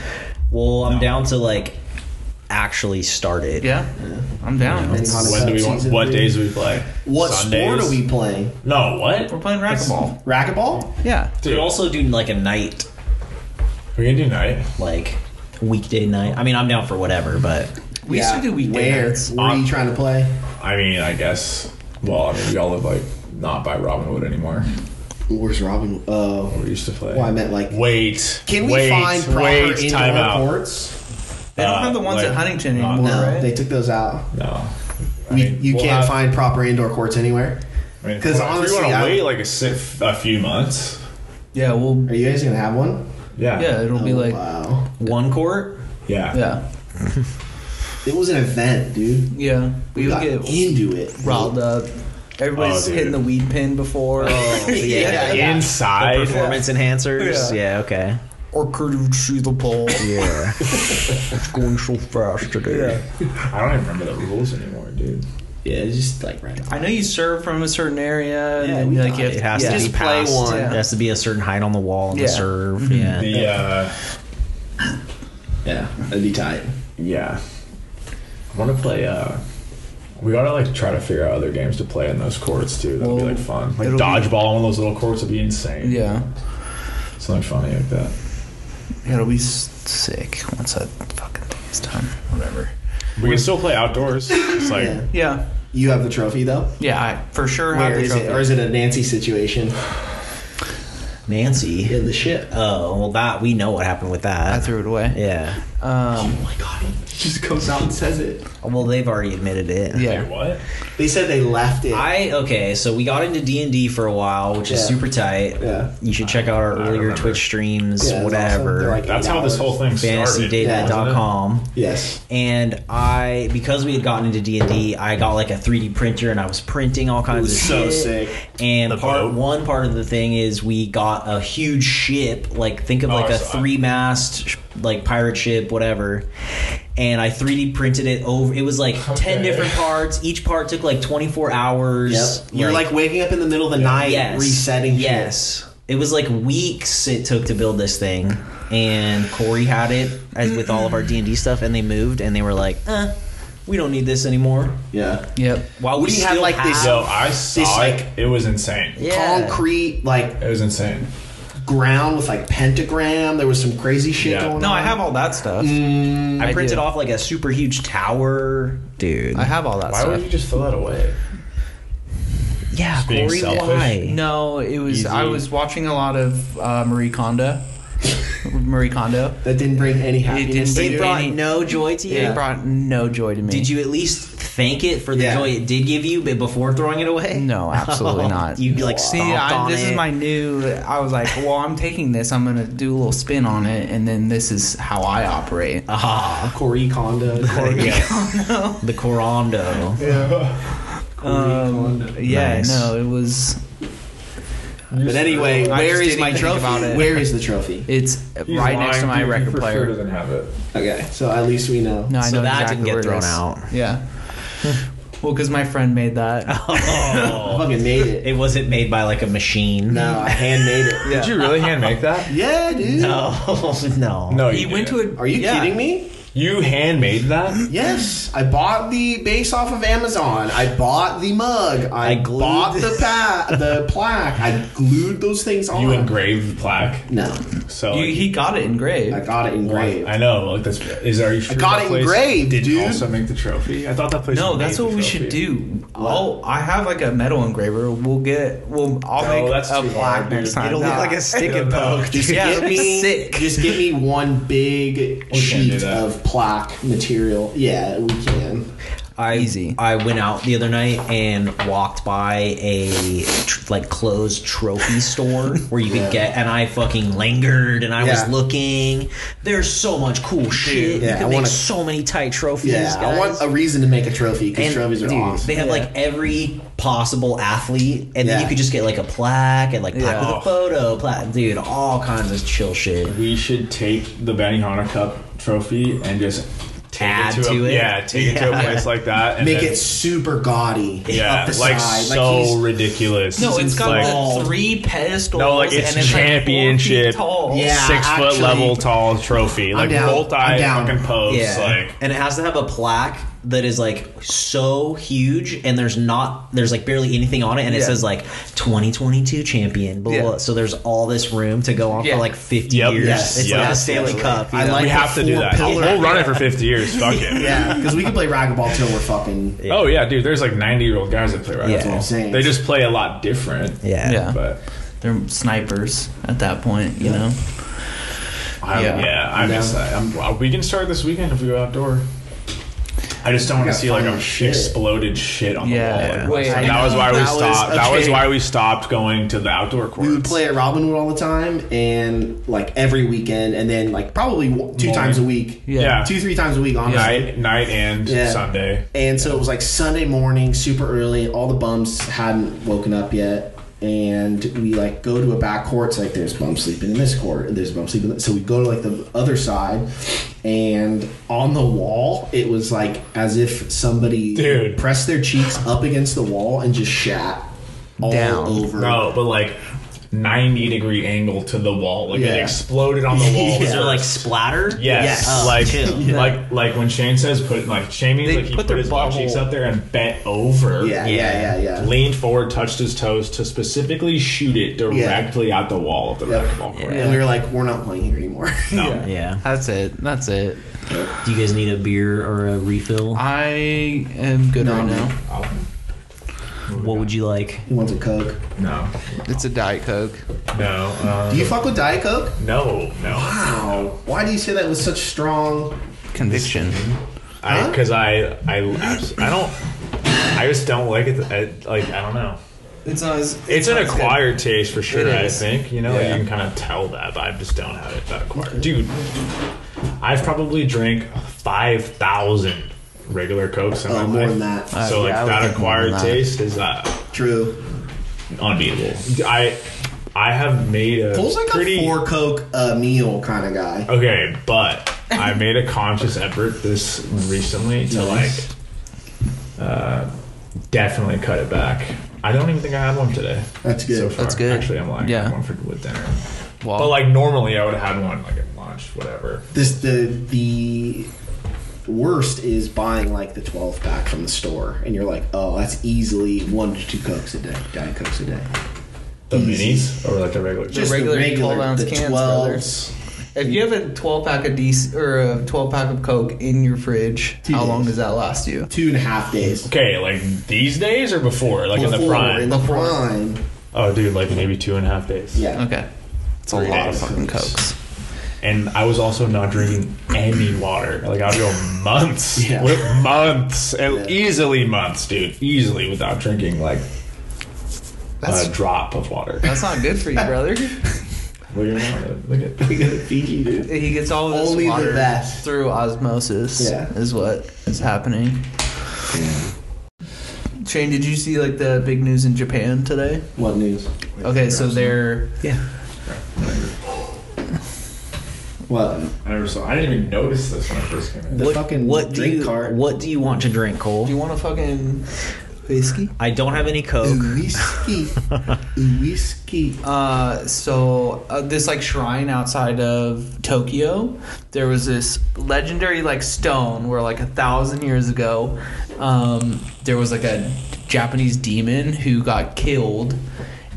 B: Well, I'm down to like actually start it.
C: Yeah. I'm down.
D: It's-
A: When do we want?
D: Season
A: What
D: three.
A: days do we play?
D: What sport
A: Sundays?
D: are we playing?
A: No, what?
C: We're playing racquetball.
D: Racquetball?
C: Yeah.
B: Could
A: Dude.
B: also do like a night,
A: We can do night.
B: like weekday night. I mean, I'm down for whatever, but
C: We used to do weekday
D: Where?
C: nights.
D: Where
A: Uh,
D: are you trying to play?
A: I mean, I guess. Well, I mean, we all live like not by Robin Hood anymore.
D: Where's Robin? Oh,
A: We used to play.
D: well, I meant like.
A: Wait.
D: Can we
A: wait,
D: find proper
A: wait,
D: indoor
A: time out.
D: courts?
C: They don't
A: Uh,
C: have the ones
A: like,
C: at Huntington
A: not-
C: anymore,
D: No,
C: right?
D: they took those out.
A: No. I
D: We,
A: mean,
D: you
A: we'll
D: can't
A: have-
D: find proper indoor courts anywhere.
A: I mean, if
D: 'cause
A: we wanna- if
D: honestly,
A: we want
D: I-
A: to wait like a, si- a few months.
C: yeah. Well.
D: Are you guys gonna have one?
A: Yeah.
C: Yeah. It'll be
D: Oh,
C: like.
D: wow.
B: one court.
A: Yeah.
C: Yeah.
D: It was an event, dude.
C: Yeah, we
D: We
C: would
D: got
C: get
D: into it.
C: riled up. Everybody's
A: Oh, dude.
C: hitting the weed pin before. (laughs)
D: yeah.
B: The
A: Inside.
B: performance enhancers. Yeah.
C: Yeah.
B: okay.
C: Or could you shoot the ball?
B: Yeah. it's going so fast today.
A: I don't even remember the rules anymore, dude.
D: Yeah, it's just like right.
C: I know you serve from a certain area. and
D: Yeah,
C: then
D: we
C: like
D: got
C: you have
B: It has
C: yeah.
B: to be
D: Just play
B: passed.
D: one.
B: It has to be a certain height on the wall and
C: Yeah.
B: the serve. Yeah.
A: The uh,
D: Yeah, that'd be tight.
A: yeah. I want to play. Uh, we gotta like try to figure out other games to play in those courts too. That'd be
C: Well,
A: like fun. Like
C: it'll be-
A: dodgeball, one of those little courts would be insane.
C: Yeah,
A: something funny like that.
C: yeah, it'll be s- sick once that fucking thing is done. Whatever.
A: We can still play outdoors. It's like
D: Yeah.
C: Yeah,
D: You have the trophy though.
C: yeah, I for sure have
D: Where
C: the
D: is it? Or
C: trophy.
D: is it a Nancy situation?
B: Nancy.
D: In the shit.
B: Oh well, that we know what happened with
C: I
B: that.
C: threw it away.
B: Yeah.
D: Oh
C: Um,
D: my god! He just comes out and says it.
B: Well, they've already admitted it.
A: wait,
C: yeah,
A: what?
D: They said they left it.
B: I okay, so we got into D and D for a while, which is
D: Yeah.
B: super tight.
D: Yeah.
B: You should check out our earlier
A: remember.
B: Twitch streams,
D: Yeah, it was awesome. They're
B: whatever.
D: like-
A: That's how this whole thing started.
D: Yeah.
B: FantasyData.com.
D: yes.
B: And I, because we had gotten into D and D, I got like a 3D printer and I was printing all kinds
D: was
B: of
D: so
B: shit.
D: sick.
B: And
A: The
B: part
A: boat.
B: one part of the thing is we got a huge ship, like think of like
A: Oh,
B: a
A: so I-
B: three mast like pirate ship, whatever. And I 3D printed it over. It was like ten
A: Okay.
B: different parts. Each part took like 24 hours.
D: Yep. You're like, waking up in the middle of the night,
B: yes,
D: resetting. shit.
B: Yes, it was like weeks it took to build this thing, and Corey had it as with all of our D and D stuff, and they moved, and they were like, eh, "We don't need this anymore."
D: Yeah.
C: yep.
B: While we,
D: We had,
B: still
D: like,
B: have,
D: this-
A: Yo, I saw
D: It's
A: it.
D: like-
A: it was insane.
B: Yeah.
D: Concrete, like
A: It was insane.
D: ground with like pentagram. There was some crazy shit
A: Yeah.
D: going on.
C: No, I have all that stuff.
B: Mm. I printed
C: do.
B: off like a super huge tower, dude.
C: I have all that
A: Why
C: stuff.
A: would you just throw that away?
B: yeah,
A: Just being
B: Corey,
A: selfish.
B: why?
C: No, it was.
A: Easy.
C: I was watching a lot of uh, Marie Kondo. (laughs) Marie Kondo.
D: That didn't bring any
C: didn't
D: happiness. to
C: bring
D: you.
B: It brought
C: Any-
B: no joy to you.
C: It brought no joy to me.
B: Did you at least thank it for the
D: Yeah.
B: joy it did give you, but before throwing it away? Oh,
C: No,
B: (laughs)
C: absolutely not.
B: you like
C: See,
B: stomped
C: I,
B: on
C: this
B: it.
C: is my new. I was like, well, I'm taking this. I'm gonna do a little spin on it, and then this is how I operate.
B: ah
C: (laughs)
D: Cory Conda. Cory
B: the Corondo.
C: Um, yeah,
B: Nice.
C: no, it was.
D: But anyway,
C: I
D: where
C: just
D: is
C: didn't
D: my
C: think
D: trophy?
C: about it.
D: Where is
C: (laughs)
D: the trophy?
C: It's
A: He's
C: right next to
A: lying,
C: my
A: dude. He
C: record
A: for Sure
C: player.
A: doesn't have it.
D: Okay, so at least we know.
C: No, I
B: So
C: know
B: that
C: exactly
B: didn't get
C: where it
B: thrown
C: is.
B: out.
C: Yeah. (laughs) well, because my friend made that.
D: I
B: Oh.
D: fucking made it.
B: it wasn't made by like a machine. (laughs)
D: No, I hand made it.
A: Did you really hand make that?
D: (laughs) Yeah, dude.
B: No. Oh, no.
A: (laughs) No, you
C: He went
A: didn't.
C: to a.
D: Are you
C: yeah.
D: kidding me?
A: You hand made that?
D: Yes, I bought the base off of Amazon. I bought the mug. I,
B: I glued-
D: bought the pa- the plaque. I glued those things on.
A: You engraved the plaque.
D: No,
A: So
C: You,
A: like,
C: he got it engraved.
D: I got it engraved.
A: I know. Like that's is are you sure
D: got
A: that
D: it
A: place
D: engraved,
A: didn't
D: dude.
A: Also make the trophy. I thought that place.
C: No,
A: made
C: that's
A: the
C: what we
A: trophy. (laughs)
C: should do. Oh, I have like a metal engraver. We'll get. We'll. I'll
A: No,
C: make
A: that's
C: a
A: too
C: plaque
A: hard, dude.
C: next time.
B: It'll look
C: Nah.
B: like a stick and
A: No, no.
B: poke.
D: Just
C: Yeah,
D: get
C: that'd be
D: me
C: sick.
D: Just give me one big
A: do
D: sheet
A: that.
D: of plaque material. Yeah, we can.
B: I,
C: Easy.
B: I went out the other night and walked by a tr- like closed trophy store where you could
D: Yeah.
B: get, and I fucking lingered and I
D: Yeah.
B: was looking. There's so much cool shit.
D: yeah,
B: you
D: I
B: can make
D: wanna-
B: so many tight trophies.
D: Yeah, I
B: guys.
D: want a reason to make a trophy because
B: And,
D: trophies are
B: dude,
D: awesome.
B: They have
D: Yeah.
B: like every possible athlete, and
D: Yeah.
B: then you could just get like a plaque and like plaque
C: Yeah.
B: with a photo, plaque, dude, all kinds of chill shit.
A: We should take the Benihana Cup trophy and just take
B: Add
A: it to,
B: to
A: a,
B: it?
A: Yeah, take it to a
B: Yeah.
A: place like that. And
D: make
A: then-
D: it super gaudy.
A: yeah,
D: up the
A: like
D: side.
A: so
D: like he's-
A: ridiculous.
C: (laughs) No, it's got
A: like,
C: the three pedestals.
A: No, like it's
C: and it's
A: championship,
C: Like four feet tall.
D: Yeah,
A: six foot
D: actually-
A: level tall trophy, like
D: down.
A: multi
D: I'm down.
A: fucking posts,
B: Yeah,
A: like
B: and it has to have a plaque that is like so huge, and there's not there's like barely anything on it, and it
C: Yeah.
B: says like 2022 champion. Blah, blah,
C: Yeah.
B: blah. So there's all this room to go on
C: Yeah.
B: for like 50
A: Yep.
B: years.
A: Yes.
B: It's
A: Yep.
B: like a Stanley Cup. you
D: I
B: know?
D: like
A: we
D: the
A: have to do
D: four
A: that.
D: pillar-
A: We'll run it for fifty years. Fuck
D: (laughs)
A: it.
D: Yeah, because we can play racquetball till we're fucking.
B: Yeah.
A: Oh yeah, dude. There's like ninety year old guys that play
B: Yeah. That's what
A: racquetball.
D: I'm saying.
A: They just play a lot different.
B: yeah.
C: Yeah.
A: But
C: They're snipers at that point, you know.
A: I, yeah.
C: Yeah.
A: I miss that. I'm, uh, we can start this weekend if we go outdoor. I just don't want to
D: gotta
A: see like
D: find
A: a
D: shit.
A: exploded shit on
C: Yeah.
A: the wall. Like,
C: Wait,
A: so
C: I
A: that was why we
D: that was-
A: stopped. That was
D: okay.
A: why we stopped going to the outdoor courts.
D: We would play at Robinwood all the time, and like every weekend, and then like probably w- two
A: Morning.
D: times a week,
C: Yeah.
A: Yeah.
D: two three times a week, honestly.
A: night, night, and
D: Yeah.
A: Sunday.
D: And so it was like Sunday morning, super early. All the bums hadn't woken up yet. And we like go to a back court. It's like there's bum sleeping in this court, and there's bum sleeping. in that- So we go to like the other side, and on the wall, it was like as if somebody
A: Dude.
D: pressed their cheeks up against the wall and just shat all
C: Down.
D: over.
A: No, but like ninety degree angle to the wall. Like
D: Yeah.
A: it exploded on the wall.
D: (laughs) Yeah.
B: (laughs) Is there like splatter?
A: Yes,
B: Oh,
A: like
B: chill.
A: like like when Shane says put like Shamey
C: They
A: like he
C: put
A: put,
C: their
A: his butt
C: butthole-
A: cheeks up there and bent over.
D: Yeah, yeah, yeah, yeah.
A: Leaned forward, touched his toes to specifically shoot it directly at the wall of the
D: Yep.
A: racquetball court.
D: And we were like, we're not playing here anymore. (laughs)
A: No.
C: Yeah.
B: Yeah.
C: That's it. That's it.
B: Do you guys need a beer or a refill?
C: I am good
D: No,
C: right
D: no.
C: now.
A: I'll-
B: What would you like?
D: He wants a coke.
A: No.
C: It's a diet coke.
A: No. Uh,
D: Do you fuck with diet coke?
A: no. No.
D: No. Why do you say that with such strong?
C: Conviction.
A: Because I, I abs- I don't I just don't like it. I, like I don't know.
C: It's not. As,
A: It's an acquired taste for sure.
C: It
A: I
C: is.
A: think you know like,
C: Yeah.
A: you can kind of tell that, but I just don't have it that acquired. Dude, I've probably drank five thousand regular cokes in
D: Oh,
A: my
D: more
A: life.
D: than that.
A: So
C: Uh,
A: like
C: yeah, I would
A: that
C: think more than
A: acquired
C: that.
A: taste is uh,
D: True.
A: unbeatable. I I have made a
D: Bull's like
A: pretty
D: a four coke a meal kind of guy.
A: Okay, but I made a conscious effort this recently to
D: Nice.
A: like uh, definitely cut it back. I don't even think I had one today.
D: That's good.
A: So far.
C: That's good.
A: Actually, I'm lying. I
C: Yeah.
A: had one for with dinner.
C: Well,
A: But like normally, I would have had one like at lunch, whatever.
D: This the the worst is buying like the twelve pack from the store, and you're like, oh, that's easily one to two cokes a day, diet cokes a day.
A: The
D: Easy.
A: minis or like the regular.
C: Just- regular 12-ounce
D: the
C: cans,
D: 12s.
C: if you have a 12 pack of DC or a 12 pack of Coke in your fridge,
D: Two
C: how
D: days.
C: long does that last you?
D: two and a half days.
A: okay, like these days or before, like in the
D: Before, in
A: prime.
D: the prime.
A: oh, dude, like maybe two and a half days.
D: Yeah.
C: Okay, it's a
A: Three
D: (laughs)
C: lot
A: days.
C: of fucking Cokes.
A: and I was also not drinking any water. Like I'd go
C: (laughs)
A: months,
D: Yeah.
A: with months, and
D: Yeah.
A: easily months, dude, easily without drinking like
C: That's
D: Uh,
A: a drop of water.
C: that's not good for you,
D: (laughs)
C: brother.
A: Look at that. Look at
D: They got a Fiji, dude.
C: He gets all of this
D: Only the
C: water
D: best.
C: through osmosis.
D: Yeah.
C: is what is happening. Shane, did you see like the big news in Japan today?
D: What news?
C: Okay, so they're
B: Yeah.
D: What?
A: I never saw. I didn't even notice this when I first came in.
D: The fucking
B: what do
D: drink
B: you,
D: cart.
B: What do you want to drink, Cole?
C: do you want a fucking whiskey?
B: I don't have any
A: (laughs)
B: Coke.
D: Whiskey. Whiskey.
C: Uh, so uh, this like shrine outside of Tokyo, there was this legendary like stone where like a thousand years ago, um, there was like a Japanese demon who got killed,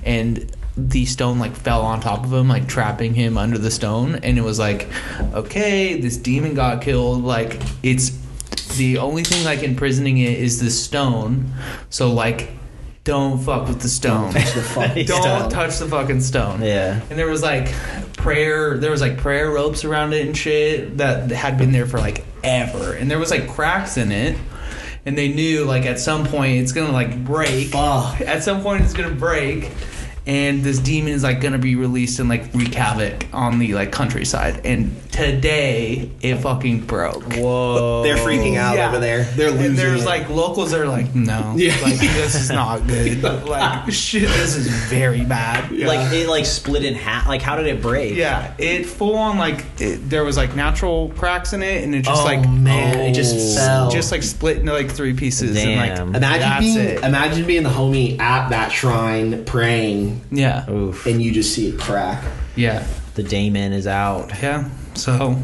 C: and the stone like fell on top of him, like trapping him under the stone, and it was like, okay, this demon got killed, like it's the only thing like imprisoning it is the stone, so like. Don't fuck with the stone.
D: The fuck.
C: (laughs) Don't
B: Stone.
C: touch the fucking stone.
B: Yeah.
C: And there was like prayer, there was like prayer ropes around it and shit that had been there for like ever. And there was like cracks in it. And they knew like at some point it's gonna like break.
D: Fuck.
C: At some point it's gonna break. And this demon is like gonna be released and like wreak havoc on the like countryside. And today it fucking broke.
B: Whoa.
D: They're freaking out
C: Yeah.
D: over there. They're losing.
C: And there's
D: it.
C: like locals that are like,
D: (laughs)
C: no, like this is not good. Like shit, this is very bad.
B: Like it like split in half. Like how did it break?
C: Yeah, it full on like it, there was like natural cracks in it, and it just
D: Oh,
C: like oh,
D: man, it oh, just fell.
C: just like split into like three pieces, and
B: Damn.
C: like that's
D: imagine being
C: it.
D: imagine being the homie at that shrine praying,
C: yeah,
B: Oof.
D: and you just see it crack.
C: yeah,
B: The Damon is out.
C: yeah. So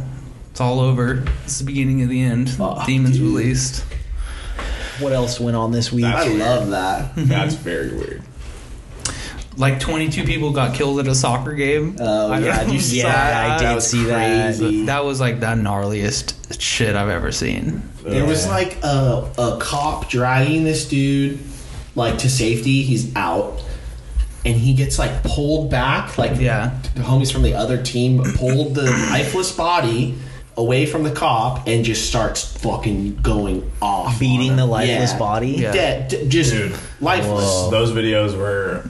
C: it's all over. It's the beginning of the end.
D: Fuck,
C: Demons
D: dude.
C: released.
B: What else went on this week?
A: That's-
D: I love that.
A: That's very weird.
C: Like twenty two people got killed at a soccer game. (laughs)
D: Oh,
C: I
D: yeah,
C: don't-
D: you
B: yeah, I
C: that
B: did
D: was
B: see that.
D: crazy. did.
C: That was like the gnarliest shit I've ever seen.
D: There was
B: Yeah.
D: like a, a cop dragging this dude like to safety. He's out, and he gets like pulled back. Like
C: Yeah.
D: the homies from the other team pulled the (coughs) lifeless body away from the cop and just starts fucking going off,
B: Beating
D: on him.
B: the lifeless body?
C: Yeah.
D: dead, d- just
A: Dude.
D: lifeless.
B: Whoa.
A: Those videos were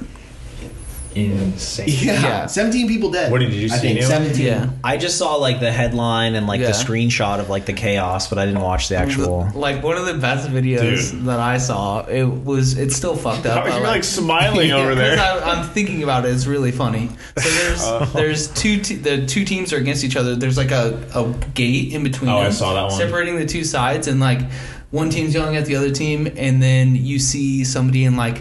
A: insane.
D: Yeah.
C: Yeah.
D: 17 people dead.
A: What did you
D: I
A: see,
D: think
A: Neil?
D: 17.
C: Yeah.
B: I just saw like the headline and like
C: Yeah. Mm-hmm.
B: the screenshot of like the chaos, but I didn't watch the actual.
C: Like one of the best videos
A: Dude.
C: that I saw. It was it's still fucked
A: (laughs)
C: up.
A: How was
C: but,
A: you like smiling
C: Yeah,
A: over
C: 'cause
A: there? Oh.
C: I, I'm thinking about it. It's really funny.
A: (laughs)
C: So there's there's two te- the two teams are against each other. There's like a, a gate in between.
A: Oh, I
C: them,
A: saw that one.
C: separating the two sides, and like one team's yelling at the other team, and then you see somebody in like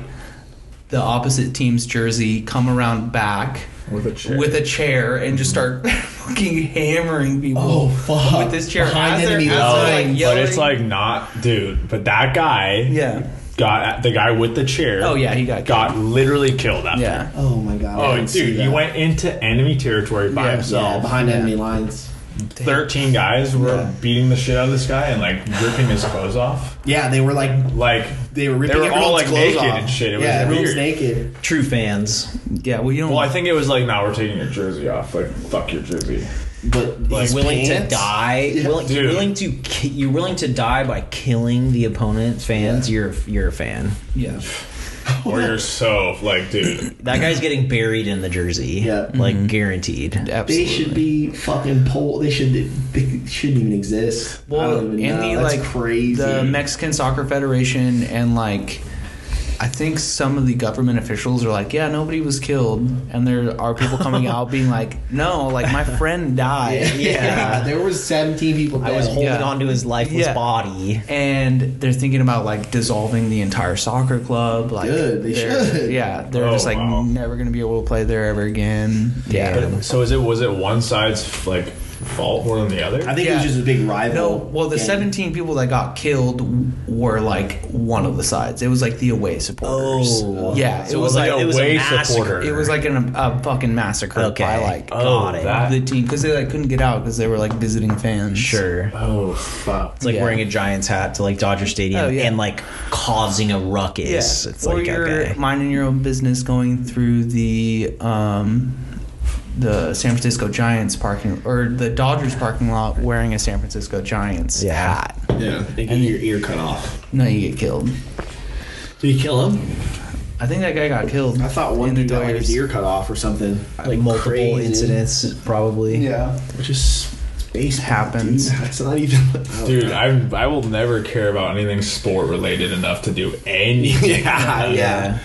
C: the opposite team's jersey come around back
A: With a chair.
C: with a chair and just start (laughs) fucking hammering people.
D: Oh, fuck.
C: With this chair
D: Behind
C: as they're-
D: enemy
C: as
A: No,
C: they're,
D: line.
C: like,
A: but
C: yelling.
A: it's like not, dude. But that guy,
C: yeah.
A: got at- the guy with the chair.
C: Oh, yeah, he got
A: got literally killed. After.
C: Yeah.
D: Oh my god. I
A: Oh,
D: didn't see
A: dude, he
D: that.
A: went into enemy territory by
C: Yeah.
D: yeah,
A: himself.
D: behind enemy lines.
A: Thirteen guys were beating the shit out of this guy and like ripping his clothes off.
D: Yeah, they were like
A: Like
D: they were ripping
A: They were
D: everyone's
A: all, like,
D: clothes
A: naked
D: off.
A: and shit. It was
D: yeah, everyone was
A: weird.
D: naked.
B: True fans.
C: Yeah, well, you don't.
A: Well, I think it was like, now we're taking your jersey off. Like, fuck your
D: (laughs)
A: jersey.
D: But
A: Like,
D: his
B: willing to
D: pants-
B: die. willing,
A: Dude.
B: you're willing to ki- you're willing to die by killing the opponent fans. You're you're a fan.
C: yeah.
A: Or you're so like, dude.
B: That guy's getting buried in the jersey.
D: Yeah.
B: Like
C: Mm-hmm.
B: guaranteed.
D: They
C: Absolutely.
D: should be fucking pole. They should they shouldn't even exist. I
C: Well,
D: don't even
C: and
D: know.
C: the
D: That's
C: like
D: crazy.
C: the Mexican Soccer Federation and like I think some of the government officials are like, yeah, nobody was killed, and there are people
D: (laughs)
C: coming out being like, no, like my friend died,
D: (laughs) yeah. there was 17 people.
B: I was
D: dead.
B: holding
C: Yeah.
B: on to his lifeless
C: Yeah.
B: body.
C: and they're thinking about like dissolving the entire soccer club. Like,
D: Good, they
C: they're-
D: should.
C: Yeah, they're
A: Oh,
C: just like
A: wow.
C: never gonna be able to play there ever again.
B: Damn.
A: So is it? Was it one side's like fault more than the other?
D: I think it was
C: Yeah.
D: just a big rival.
C: No, well, the
D: gang.
C: 17 people that got killed were like one of the sides. It was like the away supporters. Um,
B: Oh.
C: yeah,
A: So it was like
B: it was
A: away
B: a massacre.
A: supporter.
C: It was like an, a fucking massacre
B: Okay.
C: by like
A: Oh,
B: Got it.
A: that-
C: the team because they like couldn't get out because they were like visiting fans.
B: Sure.
A: oh fuck.
B: It's like
C: Yeah.
B: wearing a Giants hat to like Dodger Stadium
C: Oh, yeah.
B: and like causing a ruckus.
C: Yeah.
B: It's
C: or
B: like
C: you're
B: okay.
C: minding your own business going through the um the San Francisco Giants parking or the Dodgers parking lot wearing a San Francisco Giants
B: Yeah.
C: hat.
D: Yeah, they get your ear cut off.
C: No, you get killed.
D: Did he kill him?
C: I think that guy got killed.
D: I thought one
C: in the
D: dude got like, his
C: Dodgers.
D: ear cut off or something.
B: like multiple
D: crazy.
B: incidents, probably.
C: Yeah.
D: Which is baseball.
C: Happens.
D: dude. (laughs) It's not even. oh.
A: Dude, I I will never care about anything sport related enough to do
D: (laughs)
A: anything.
D: (laughs) yeah, yeah.
B: Yeah.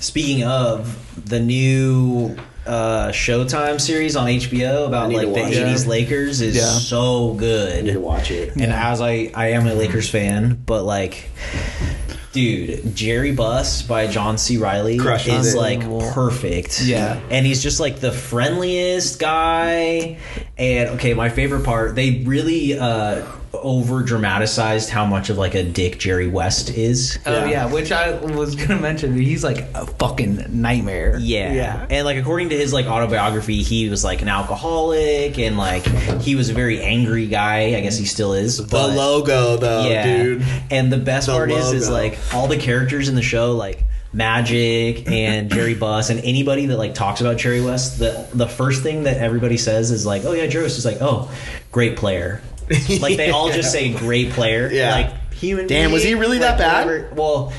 B: Speaking of the new uh, Showtime series on HBO
D: I
B: about
D: need to
B: like the
D: watch
C: it.
B: '80s Lakers is
C: Yeah.
B: so
D: I need to
B: good.
D: watch it.
B: And
C: Yeah.
B: as I, I am a Lakers fan, but like, dude, Jerry Buss by John C. Riley
D: Crushes
B: is
D: it.
B: like perfect.
C: Yeah.
B: and he's just like the friendliest guy. And okay, my favorite part, they really uh, over dramatized how much of like a dick Jerry West is.
C: Oh
D: Yeah.
C: yeah. which I was gonna mention. He's like a fucking nightmare.
B: Yeah. And like according to his like autobiography, he was like an alcoholic and like he was a very angry guy. I guess he still is.
D: The
B: but-
D: logo, though, Oh,
B: (laughs)
D: dude.
B: And the best
D: The
B: part is is
D: logo.
B: like all the characters in the show like Magic and Jerry Buss and anybody that like talks about Jerry West, the the first thing that everybody says is like, "Oh yeah, Jerry West is like, oh, great
D: (laughs)
B: player." Like they all just say great player.
D: Yeah.
B: Like human.
D: Damn, was he really
B: like,
D: that bad?
B: whatever. Well,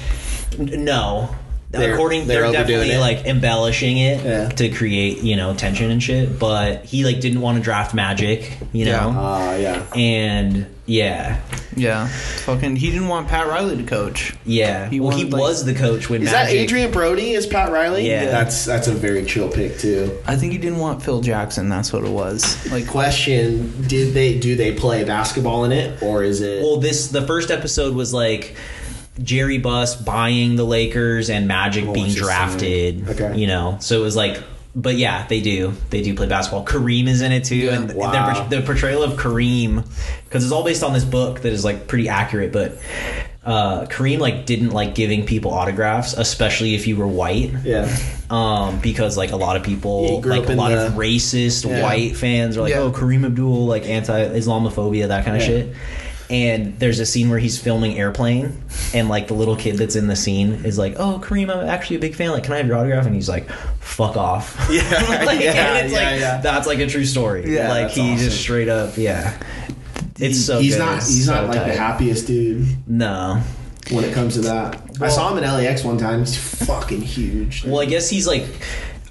B: n- no.
D: They're-
B: According,
D: they're
B: they're,
D: overdoing
B: definitely
D: it.
B: like embellishing it
D: Yeah.
B: to create, you know, tension and shit. But he like didn't want to draft Magic, you
C: Yeah.
B: know,
D: Uh, yeah.
B: and yeah,
C: Yeah. Fucking. He didn't want Pat Riley to coach.
B: yeah.
C: He
B: well, he
C: wanted, like-
B: was the coach when
D: Is that
B: Magic.
D: Adrian Brody? Is Pat Riley?
B: Yeah.
D: That's that's a very chill pick too.
C: I think he didn't want Phil Jackson. That's what it was. Like.
D: Question: Did they do they play basketball in it or is it?
B: Well, this the first episode was like Jerry Buss buying the Lakers and
C: Oh,
B: Magic being
D: interesting.
B: drafted.
D: Okay.
B: you know, so it was like. But yeah, they do. They do play basketball. Kareem is in it too, and the-
D: Wow.
B: the, the portrayal of Kareem, because it's all based on this book that is like pretty accurate. But uh, Kareem like didn't like giving people autographs, especially if you were white.
D: yeah.
B: um, because like a lot of
D: Yeah,
B: people,
D: he grew
B: like
D: up
B: a
D: in
B: lot
D: the-
B: of racist
D: Yeah.
B: white fans are like,
C: Yeah.
B: oh, Kareem Abdul, like anti-Islamophobia, that kind of
D: Yeah.
B: shit. And there's a scene where he's filming Airplane, and like the little kid that's in the scene is like, "Oh, Kareem, I'm actually a big fan. Like, can I have your autograph?" And he's like, "Fuck off." (laughs) Yeah, (laughs)
C: (laughs)
B: like,
D: (laughs) yeah,
B: and it's
D: yeah,
B: like
D: yeah.
B: that's like a true story.
C: Yeah,
B: like
D: that's
B: he
D: awesome.
B: just straight up, yeah. It's so
D: he's
B: good.
D: not
B: It's
D: he's not
B: so
D: like the
B: tight.
D: happiest dude
B: no.
D: when it comes to that. I saw him in LAX one time. He's fucking huge.
B: Well, I guess he's like.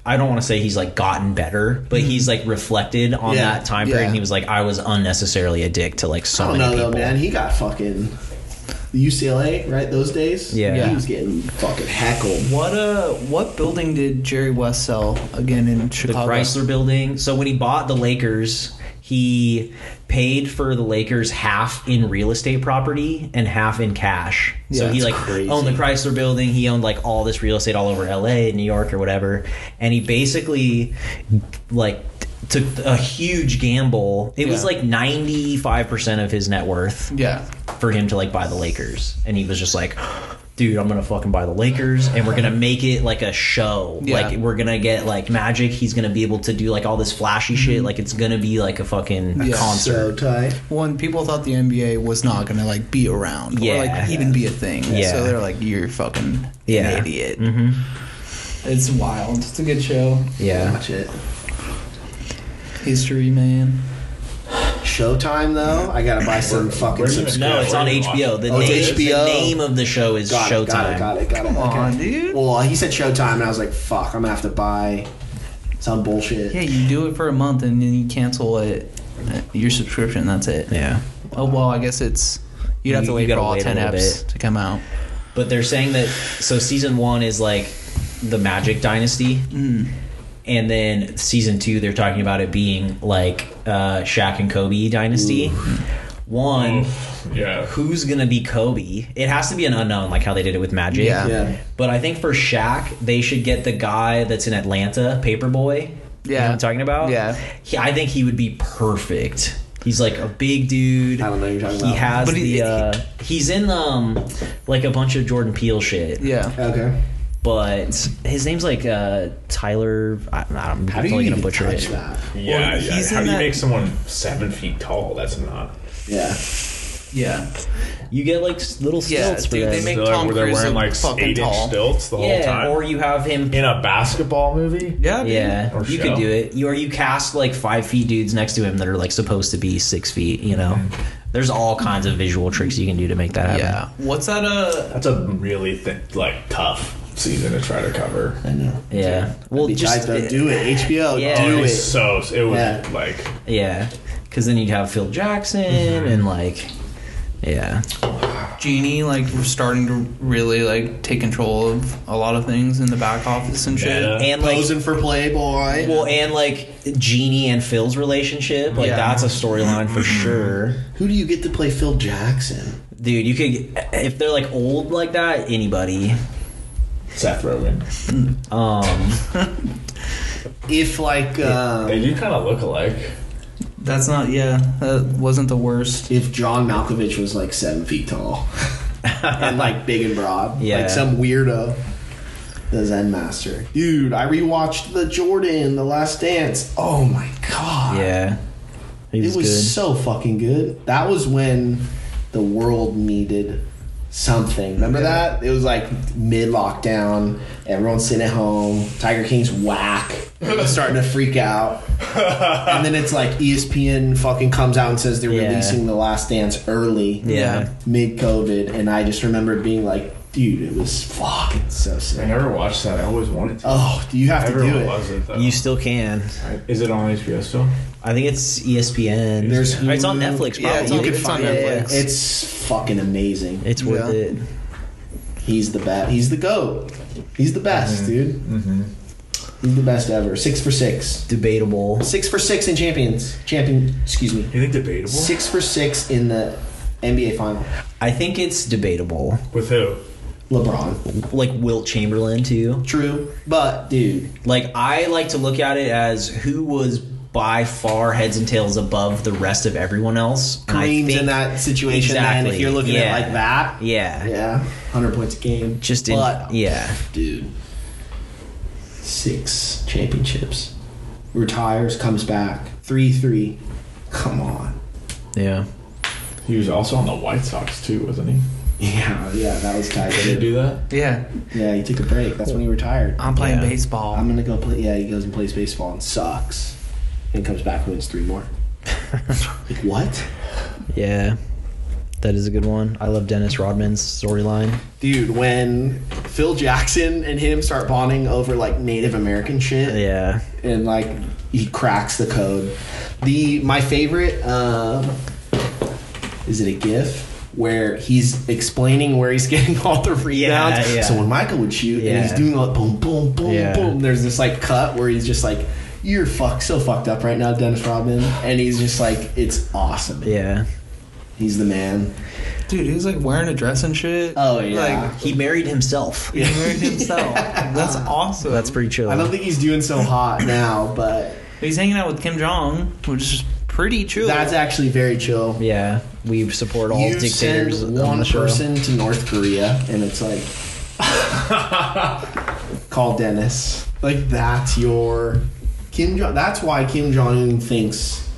B: I don't want to say he's like gotten better, but he's like reflected on
D: Mm-hmm. Yeah,
B: that time period.
D: yeah.
B: And he was like, I was unnecessarily a dick to like so
D: I don't
B: many
D: know though,
B: people.
D: Oh, man. He got fucking the UCLA right those days.
B: Yeah.
D: he was getting fucking heckled.
C: What uh? What building did Jerry West sell again in
B: The
C: Chicago?
B: Chrysler Building. So when he bought the Lakers, he paid for the Lakers half in real estate property and half in cash. so
C: Yeah,
B: he
C: that's
B: like
D: crazy.
B: owned the Chrysler Building. He owned like all this real estate all over LA, New York, or whatever. And he basically like t- took a huge gamble. It was
C: Yeah.
B: like ninety five percent of his net worth.
C: Yeah.
B: for him to like buy the Lakers. And he was just like, dude, I'm gonna fucking buy the Lakers and we're gonna make it like a show.
C: Yeah.
B: Like we're gonna get like magic. He's gonna be able to do like all this
D: Mm-hmm.
B: flashy shit. Like it's gonna be like a fucking
C: Yeah.
B: concert.
D: So tight.
C: One people thought the NBA was not gonna like be around or
B: Yeah.
C: like even be a thing.
B: Yeah.
C: So they're like, you're fucking
B: Yeah. Mm.
C: an idiot. Mm-hmm. It's wild. It's a good show.
B: Yeah.
D: Watch it.
C: History man.
D: Showtime though. I gotta buy some fucking
A: where do you-
D: subscription.
B: No, it's on
A: Yeah.
B: HBO. The,
D: Oh, it's
B: name,
D: HBO.
B: the name of the show is
D: Got
B: Showtime.
D: It, got it. Got it. Got it.
C: Come
D: okay.
C: on, dude.
D: Well, he said Showtime, and I was like, "Fuck, I'm gonna have to buy some bullshit."
C: Yeah, you do it for a month and then you cancel it. uh, Your subscription. That's it.
B: Yeah.
C: Oh well, I guess it's you'd have
B: You-
C: to
B: you
C: wait for
B: gotta
C: all
B: wait a
C: ten
B: little
C: eps
B: bit.
C: to come out.
B: But they're saying that so season one is like the Magic Dynasty,
C: Mm.
B: and then season two they're talking about it being like uh, Shaq and Kobe Dynasty. One,
A: yeah.
B: who's gonna be Kobe? It has to be an unknown, like how they did it with Magic.
C: Yeah.
D: Yeah.
B: But I think for Shaq, they should get the guy that's in Atlanta, Paperboy. You know
C: Yeah.
B: what I'm talking about?
C: Yeah.
B: He, I think he would be perfect. He's like a big dude.
D: I don't know who you're talking
B: he
D: about.
B: has
C: But
B: the
C: he-
B: uh, he's in um like a bunch of Jordan Peele shit.
C: Yeah.
D: Okay.
B: But his name's like uh Tyler I, I'm
D: How do you
B: totally
D: even
B: gonna butcher
D: touch
B: it.
D: that?
A: Yeah, yeah.
C: he's
A: How
C: in
A: do you
C: that-
A: make someone seven feet tall? That's not.
D: Yeah.
C: Yeah.
B: You get like s- little
C: Yeah,
B: stilts for
C: dude, they
B: them.
C: make
A: They're, like,
C: Tom
A: where they're
C: Cruise
A: wearing
C: look
A: like
C: fucking
A: eight
C: tall.
A: inch stilts the whole
B: yeah,
A: time
B: or you have him.
A: in a basketball movie.
C: Yeah. dude.
B: yeah,
A: Or
B: you
A: show.
B: could do it. You, or you cast like five feet dudes next to him that are like supposed to be six feet. You know, there's all kinds of visual tricks you can do to make that happen.
C: Yeah. What's that? Uh.
A: That's a really thick, like tough season to try to cover.
D: I know.
B: yeah. Well,
D: Be
B: just uh,
D: tight, though. do it, HBO.
B: Yeah.
D: Do
A: It
D: it.
A: was Oh, so it was
D: Yeah.
A: like
B: yeah, because then you'd have Phil Jackson and like, yeah,
C: Genie like starting to really like take control of a lot of things in the back office and shit.
A: Meta.
B: and like
D: Posing for Playboy.
B: Well, and like Jeannie and Phil's relationship, like
C: Yeah.
B: that's a storyline for sure,
D: Who do you get to play Phil Jackson?
B: dude. You could if they're like old like that, anybody.
A: Seth Rogen.
B: Um,
D: If like um,
A: They do kind of look alike.
C: That's not. Yeah. That wasn't the worst.
D: if John Malkovich was like seven
B: (laughs)
D: feet tall and like big and broad,
B: Yeah.
D: like some weirdo. The Zen Master, dude. I rewatched the Jordan, The Last Dance. Oh my god,
B: yeah, he
D: it
B: was,
D: was so fucking good. That was when the world needed something. Remember that? It was like mid lockdown. Everyone's sitting at home. Tiger
B: (laughs)
D: King's whack. Everyone's starting to freak out. And then it's like E ESPN fucking comes out and says they're
B: Yeah.
D: releasing The Last Dance early.
B: Yeah.
D: Mid COVID. And I just remember being like, dude, it was fucking so
A: I
D: sick.
A: never watched that. I always wanted to.
D: Oh, do you have to do
A: Everyone
D: it?
A: loves it though.
B: good. You still can.
A: Is it on HBO still?
B: I think it's E ESPN.
D: There's
B: Or it's on
D: Hulu.
B: Netflix. Probably.
C: Yeah,
B: it's
C: you
B: on,
C: could
B: it's on
C: find
B: Netflix.
C: it.
B: It's,
D: It's fucking amazing.
B: worth
C: Yeah.
B: it.
D: He's the best. He's the goat. He's the best,
B: Mm-hmm.
D: dude. He's the best ever. Six for six.
B: Debatable.
D: Six for six in champions. Champion. Excuse me.
A: You think debatable?
D: Six for six in the NBA final.
B: I think it's debatable.
A: With who?
D: LeBron.
B: Like Wilt Chamberlain too.
D: True, but dude,
B: Like I like to look at it as who was by far heads and tails above the rest of everyone else. And I
D: Kareem's
B: think-
D: in that situation. And
B: Exactly,
D: if you're looking
B: yeah.
D: at it like that,
B: Yeah.
D: yeah, hundred points a game.
B: Just in
D: but,
B: yeah.
D: dude, six championships. Retires, comes back. Three, three. Come on. (laughs)
B: Yeah.
A: He was also on the White Sox too, wasn't he?
D: Yeah, yeah, that was tight.
A: Did he do that?
C: Yeah.
D: Yeah, he took a break. That's when he retired.
C: I'm playing
B: Yeah.
C: baseball.
D: I'm gonna go play. Yeah, he goes and plays baseball and sucks, and comes back and wins three more. like what,
B: Yeah. That is a good one. I love Dennis Rodman's storyline.
D: dude? When Phil Jackson and him start bonding over like Native American shit,
B: Yeah.
D: and like he cracks the code. The my favorite um, is it a GIF where he's explaining where he's (laughs) getting all the rebounds.
B: yeah.
D: So when Michael would shoot, and he's
B: Yeah.
D: doing all boom, boom, boom,
B: Yeah.
D: boom. There's this like cut where he's just like, "You're fuck so fucked up right now, Dennis Rodman," and he's just like, "It's awesome.
B: Yeah.
D: He's the man."
C: Dude, he was like wearing a dress and shit.
D: Oh, yeah.
C: Like
B: He married himself.
C: he married
B: (laughs)
C: himself. That's awesome.
B: That's pretty chill.
D: I don't think he's doing so hot now, but
C: He's hanging out with Kim Jong, which is pretty chill.
D: that's actually very chill.
B: yeah. We support all
D: you
B: dictators
D: send
B: on
D: one
B: the show.
D: person to North Korea, and
B: (laughs)
D: it's like, call Dennis. Like that's your Kim Jong. That's why Kim Jong Un thinks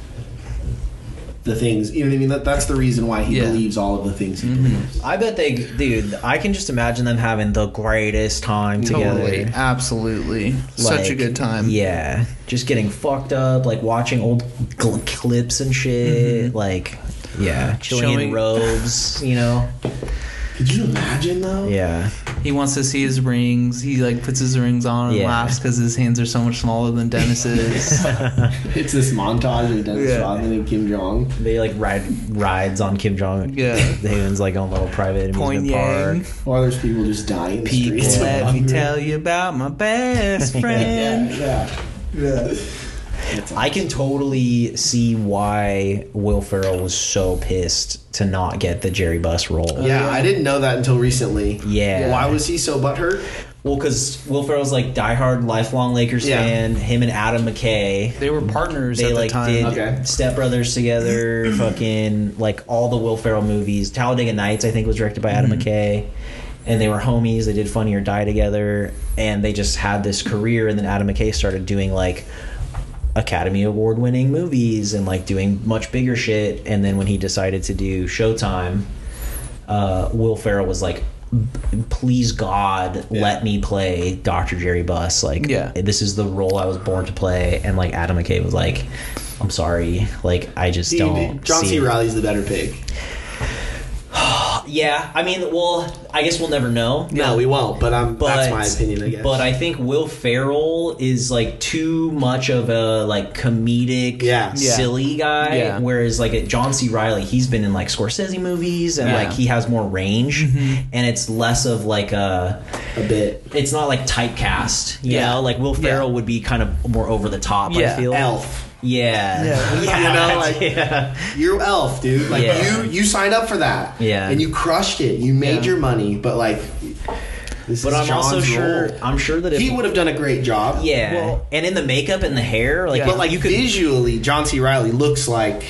D: the things. You know what I mean? That, that's the reason why he
C: Yeah.
D: believes all of the things
B: Mm-hmm.
D: he believes.
B: I bet they dude, I can just imagine them having the greatest time together.
C: totally, absolutely, such a
B: Like,
C: good time.
B: Yeah, just getting fucked up, like watching old gl- clips and shit. Like, yeah, chilling in
C: Mm-hmm. Showing-
B: robes, you know.
D: Could you imagine though?
B: Yeah,
C: He wants to see his rings. He like puts his rings on and
B: Yeah.
C: laughs because his hands are so much smaller
B: (laughs)
C: than Dennis's.
D: It's this montage of Dennis
C: Yeah.
D: Rodman and Kim Jong.
B: they like ride rides on Kim Jong. (laughs)
C: Yeah.
B: Daemon's like on a little private
C: Point
B: amusement
C: Yang.
B: park.
D: Or there's people just dying in the
C: People,
D: streets.
C: let me
D: Hungry.
C: tell you about
B: (laughs)
C: my best
D: Yeah,
C: friend.
D: yeah.
C: yeah.
B: I can totally see why Will Ferrell was so pissed to not get the Jerry Bus role.
C: Uh,
D: Yeah, I didn't know that until recently.
B: Yeah.
D: Why was he so butthurt?
B: Well, because Will Ferrell's like diehard, lifelong Lakers
D: Yeah.
B: fan. Him and Adam McKay.
C: They were partners
B: they
C: at
B: like
C: the time.
B: did
D: Okay.
B: Step Brothers together, fucking like all the Will Ferrell movies. Talladega Nights, I think, was directed by
C: Mm-hmm.
B: Adam McKay, and they were homies. They did Funny or Die together, and they just had this career. And then Adam McKay started doing like Academy Award winning movies and like doing much bigger shit. And then when he decided to do Showtime, uh, Will Ferrell was like, "Please God, let me play Dr. Jerry Buss. Like,
C: Yeah.
B: this is the role I was born to play." And like Adam McKay was like, "I'm sorry, like I just
D: Dude,
B: don't."
D: John
B: see
D: C.
B: it." Uh,
D: Riley's the better pig.
B: Yeah, I mean, well, I guess we'll never know.
D: No, we won't. But um,
B: But
D: that's my opinion. I guess.
B: But I think Will Ferrell is like too much of a like comedic,
D: Yeah.
C: Yeah.
B: silly guy.
C: Yeah.
B: Whereas like at John C. Riley, he's been in like Scorsese movies and
C: Yeah. Mm-hmm.
B: like he has more range, and it's less of like a.
D: a bit.
B: It's not like typecast, you
C: Yeah.
B: know. Like Will
C: Yeah.
B: Ferrell would be kind of more over the top.
C: Yeah.
B: I feel.
D: Elf.
B: (laughs) Yeah.
C: Yeah.
D: You know, like-
B: yeah.
D: You're elf, dude. Like
B: Yeah.
D: you, you signed up for that.
B: Yeah.
D: And you crushed it. You made
C: Yeah.
D: your money, but like, this
B: But
D: is
B: I'm also
D: John's
B: sure.
D: role.
B: I'm sure that if
D: he would have done a great job.
B: Yeah.
C: Well-
B: and in the makeup and the hair, like,
C: Yeah.
D: But like
B: you could
D: visually, John C. Riley looks like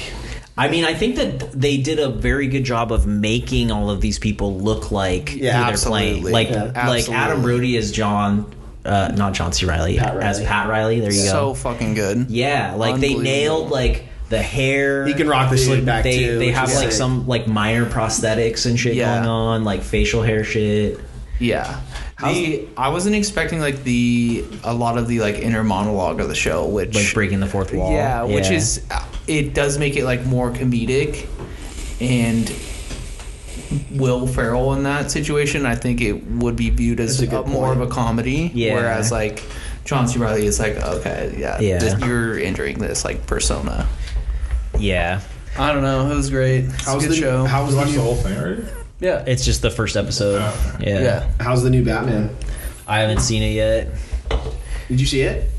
B: I mean, I think that they did a very good job of making all of these people look like
D: Yeah,
B: who they're playing.
C: absolutely.
B: Like,
D: Yeah,
B: like Adam
D: absolutely.
B: Brody as John, uh, not John C. Riley,
D: Pat
B: as
D: Riley.
B: Pat Riley. There you
C: So
B: go.
C: fucking good.
B: Yeah, like they
C: Unbelievable.
B: nailed like the hair.
D: He can rock the slick back,
B: they,
D: too,
B: They
D: which
B: have
D: is
B: like
D: sick.
B: some like minor prosthetics and shit
C: Yeah.
B: going on, like facial hair shit.
C: Yeah. The, I wasn't expecting like the a lot of the like inner monologue of the show, which
B: Like breaking the fourth wall.
C: yeah, which is uh, it does make it like more comedic, and Will Ferrell in that situation, I think it would be viewed as
D: That's a
C: a
D: good
C: more of
D: point.
C: a comedy.
B: Yeah.
C: Whereas like John C. Riley is like, okay, yeah,
B: Yeah.
C: this- you're entering this like persona.
B: yeah.
C: I don't know. It was great. It's a
D: how's
C: good
D: the
C: show.
D: how's
A: You
D: the
A: watched the
D: new,
A: whole thing already?
C: yeah.
B: It's just the first episode.
A: Oh,
B: Yeah.
C: Yeah.
D: how's the new Batman?
B: I haven't seen it yet.
D: Did you see
B: (laughs)
D: it?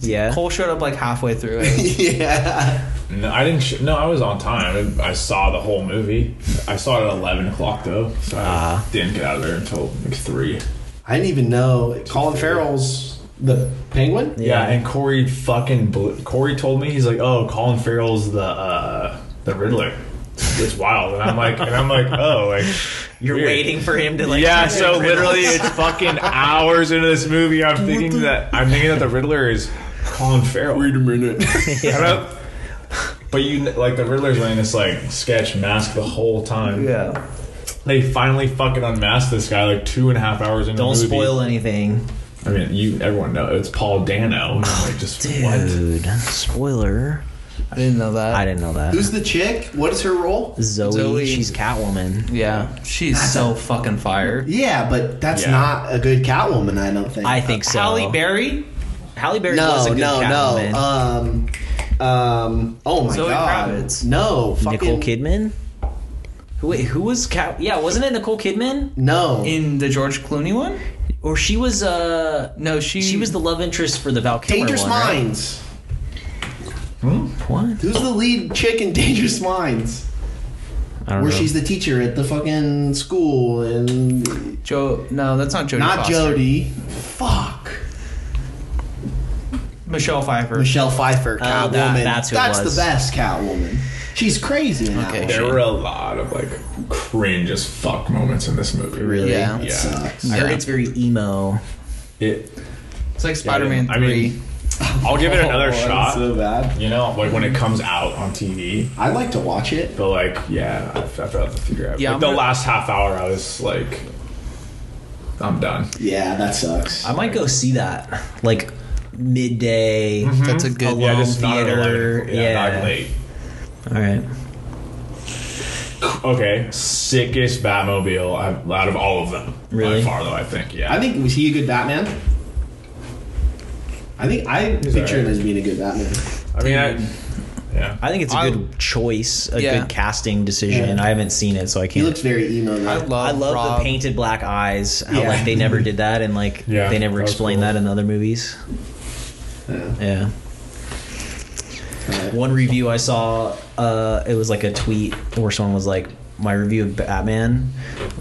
B: Yeah.
C: Cole showed up like halfway through
B: (laughs)
C: it.
D: yeah.
A: No, I didn't. Sh- no, I was on time. I I saw the whole movie. I saw it at eleven o'clock though, so I
B: Ah.
A: didn't get out of there until like three.
D: (laughs) I didn't even know Colin Farrell's the Penguin.
A: Yeah,
B: Yeah.
A: and Corey fucking blew- Corey told me he's like, "Oh, Colin Farrell's the uh, the Riddler." It's wild, and I'm like, and I'm like, oh, like
B: (laughs) You're
A: weird.
B: waiting for him to like.
A: yeah,
B: do
A: so
B: the riddles.
A: literally, it's fucking hours into this movie. I'm thinking that I'm thinking that the Riddler is Colin Farrell.
D: a
A: (laughs)
D: minute.
A: I don't- But you like the Riddler's wearing this like sketch mask the whole time.
C: yeah.
A: They finally fucking unmasked this guy like two and a half hours into
B: Don't
A: the movie.
B: spoil anything.
A: I mean, you everyone know it's Paul Dano. And I'm like, just what?
B: Dude, spoiler.
C: I didn't know that.
B: I didn't know that.
D: Who's the chick? What is her role?
B: Zoe,
C: Zoe.
B: she's Catwoman.
C: yeah. She's so fucking fire.
D: Yeah, but that's
A: Yeah.
D: not a good Catwoman. I don't think.
B: I think so.
C: Uh, Halle Berry?
B: Halle Berry was a
D: No,
B: good
D: no,
B: Catwoman.
D: no. Um, um. Oh my
C: Zoe
D: god.
C: Kravitz.
D: No. Fucking,
B: Nicole Kidman? Who, wait, who was Cat? Yeah, wasn't it Nicole Kidman?
D: No.
C: In the George Clooney one?
B: Or she was uh
C: No, she
B: she was the love interest for the Val Kilmer
D: Dangerous
B: one, right?
D: Minds.
B: What?
D: Who's the lead chick in (laughs) Dangerous Minds?
B: I don't
D: Where
B: know.
D: she's the teacher at the fucking school and
C: Joe. No, that's not Jodie.
D: not
C: Foster.
D: Jody. Fuck.
C: Michelle Pfeiffer.
D: Michelle Pfeiffer, Catwoman.
B: Oh, that- that's who it was.
D: the best Catwoman. She's crazy. In
C: Okay.
D: That
A: There were a lot of like cringe as fuck moments in this movie.
B: Really?
C: Yeah.
D: one.
A: Yeah.
D: Sucks.
B: I heard
C: Yeah.
B: it's very emo.
A: It.
C: It's like Spider-Man
A: I
C: 3.
A: mean- I'll give it another
C: Oh,
A: shot.
D: So bad.
A: you know, like when it comes out on TV.
D: I'd like to watch it.
A: But like, yeah, I, I forgot to figure out.
C: Yeah,
A: like,
C: I'm
A: the
C: gonna-
A: last half hour, I was like, I'm done.
D: Yeah, that sucks.
B: I might go see that. Like midday.
C: that's a good
B: Alone.
A: Yeah, just not at
B: theater,
A: 11. Yeah,
B: yeah.
A: not late.
B: All right.
A: Okay, sickest Batmobile I've- out of all of them.
B: Really?
A: By far, though, I think. Yeah.
D: I think was he a good Batman? I think I picture
A: alright.
D: him as being a good Batman.
A: I mean, I, yeah.
B: I think it's a
C: I-
B: good choice, a
C: Yeah.
B: good casting decision.
D: Yeah.
B: I haven't seen it, so I
D: He
B: can't.
D: looks very emo.
C: I
D: Though.
C: love,
B: I love
C: Rob.
B: the painted black eyes. How
D: Yeah.
B: like they never did that, and like
A: Yeah,
B: they never
A: that was
B: explained
A: cool.
B: that in other movies.
D: Yeah.
B: Yeah.
D: Alright.
B: One review I saw, uh, it was like a tweet where someone was like, "My review of Batman."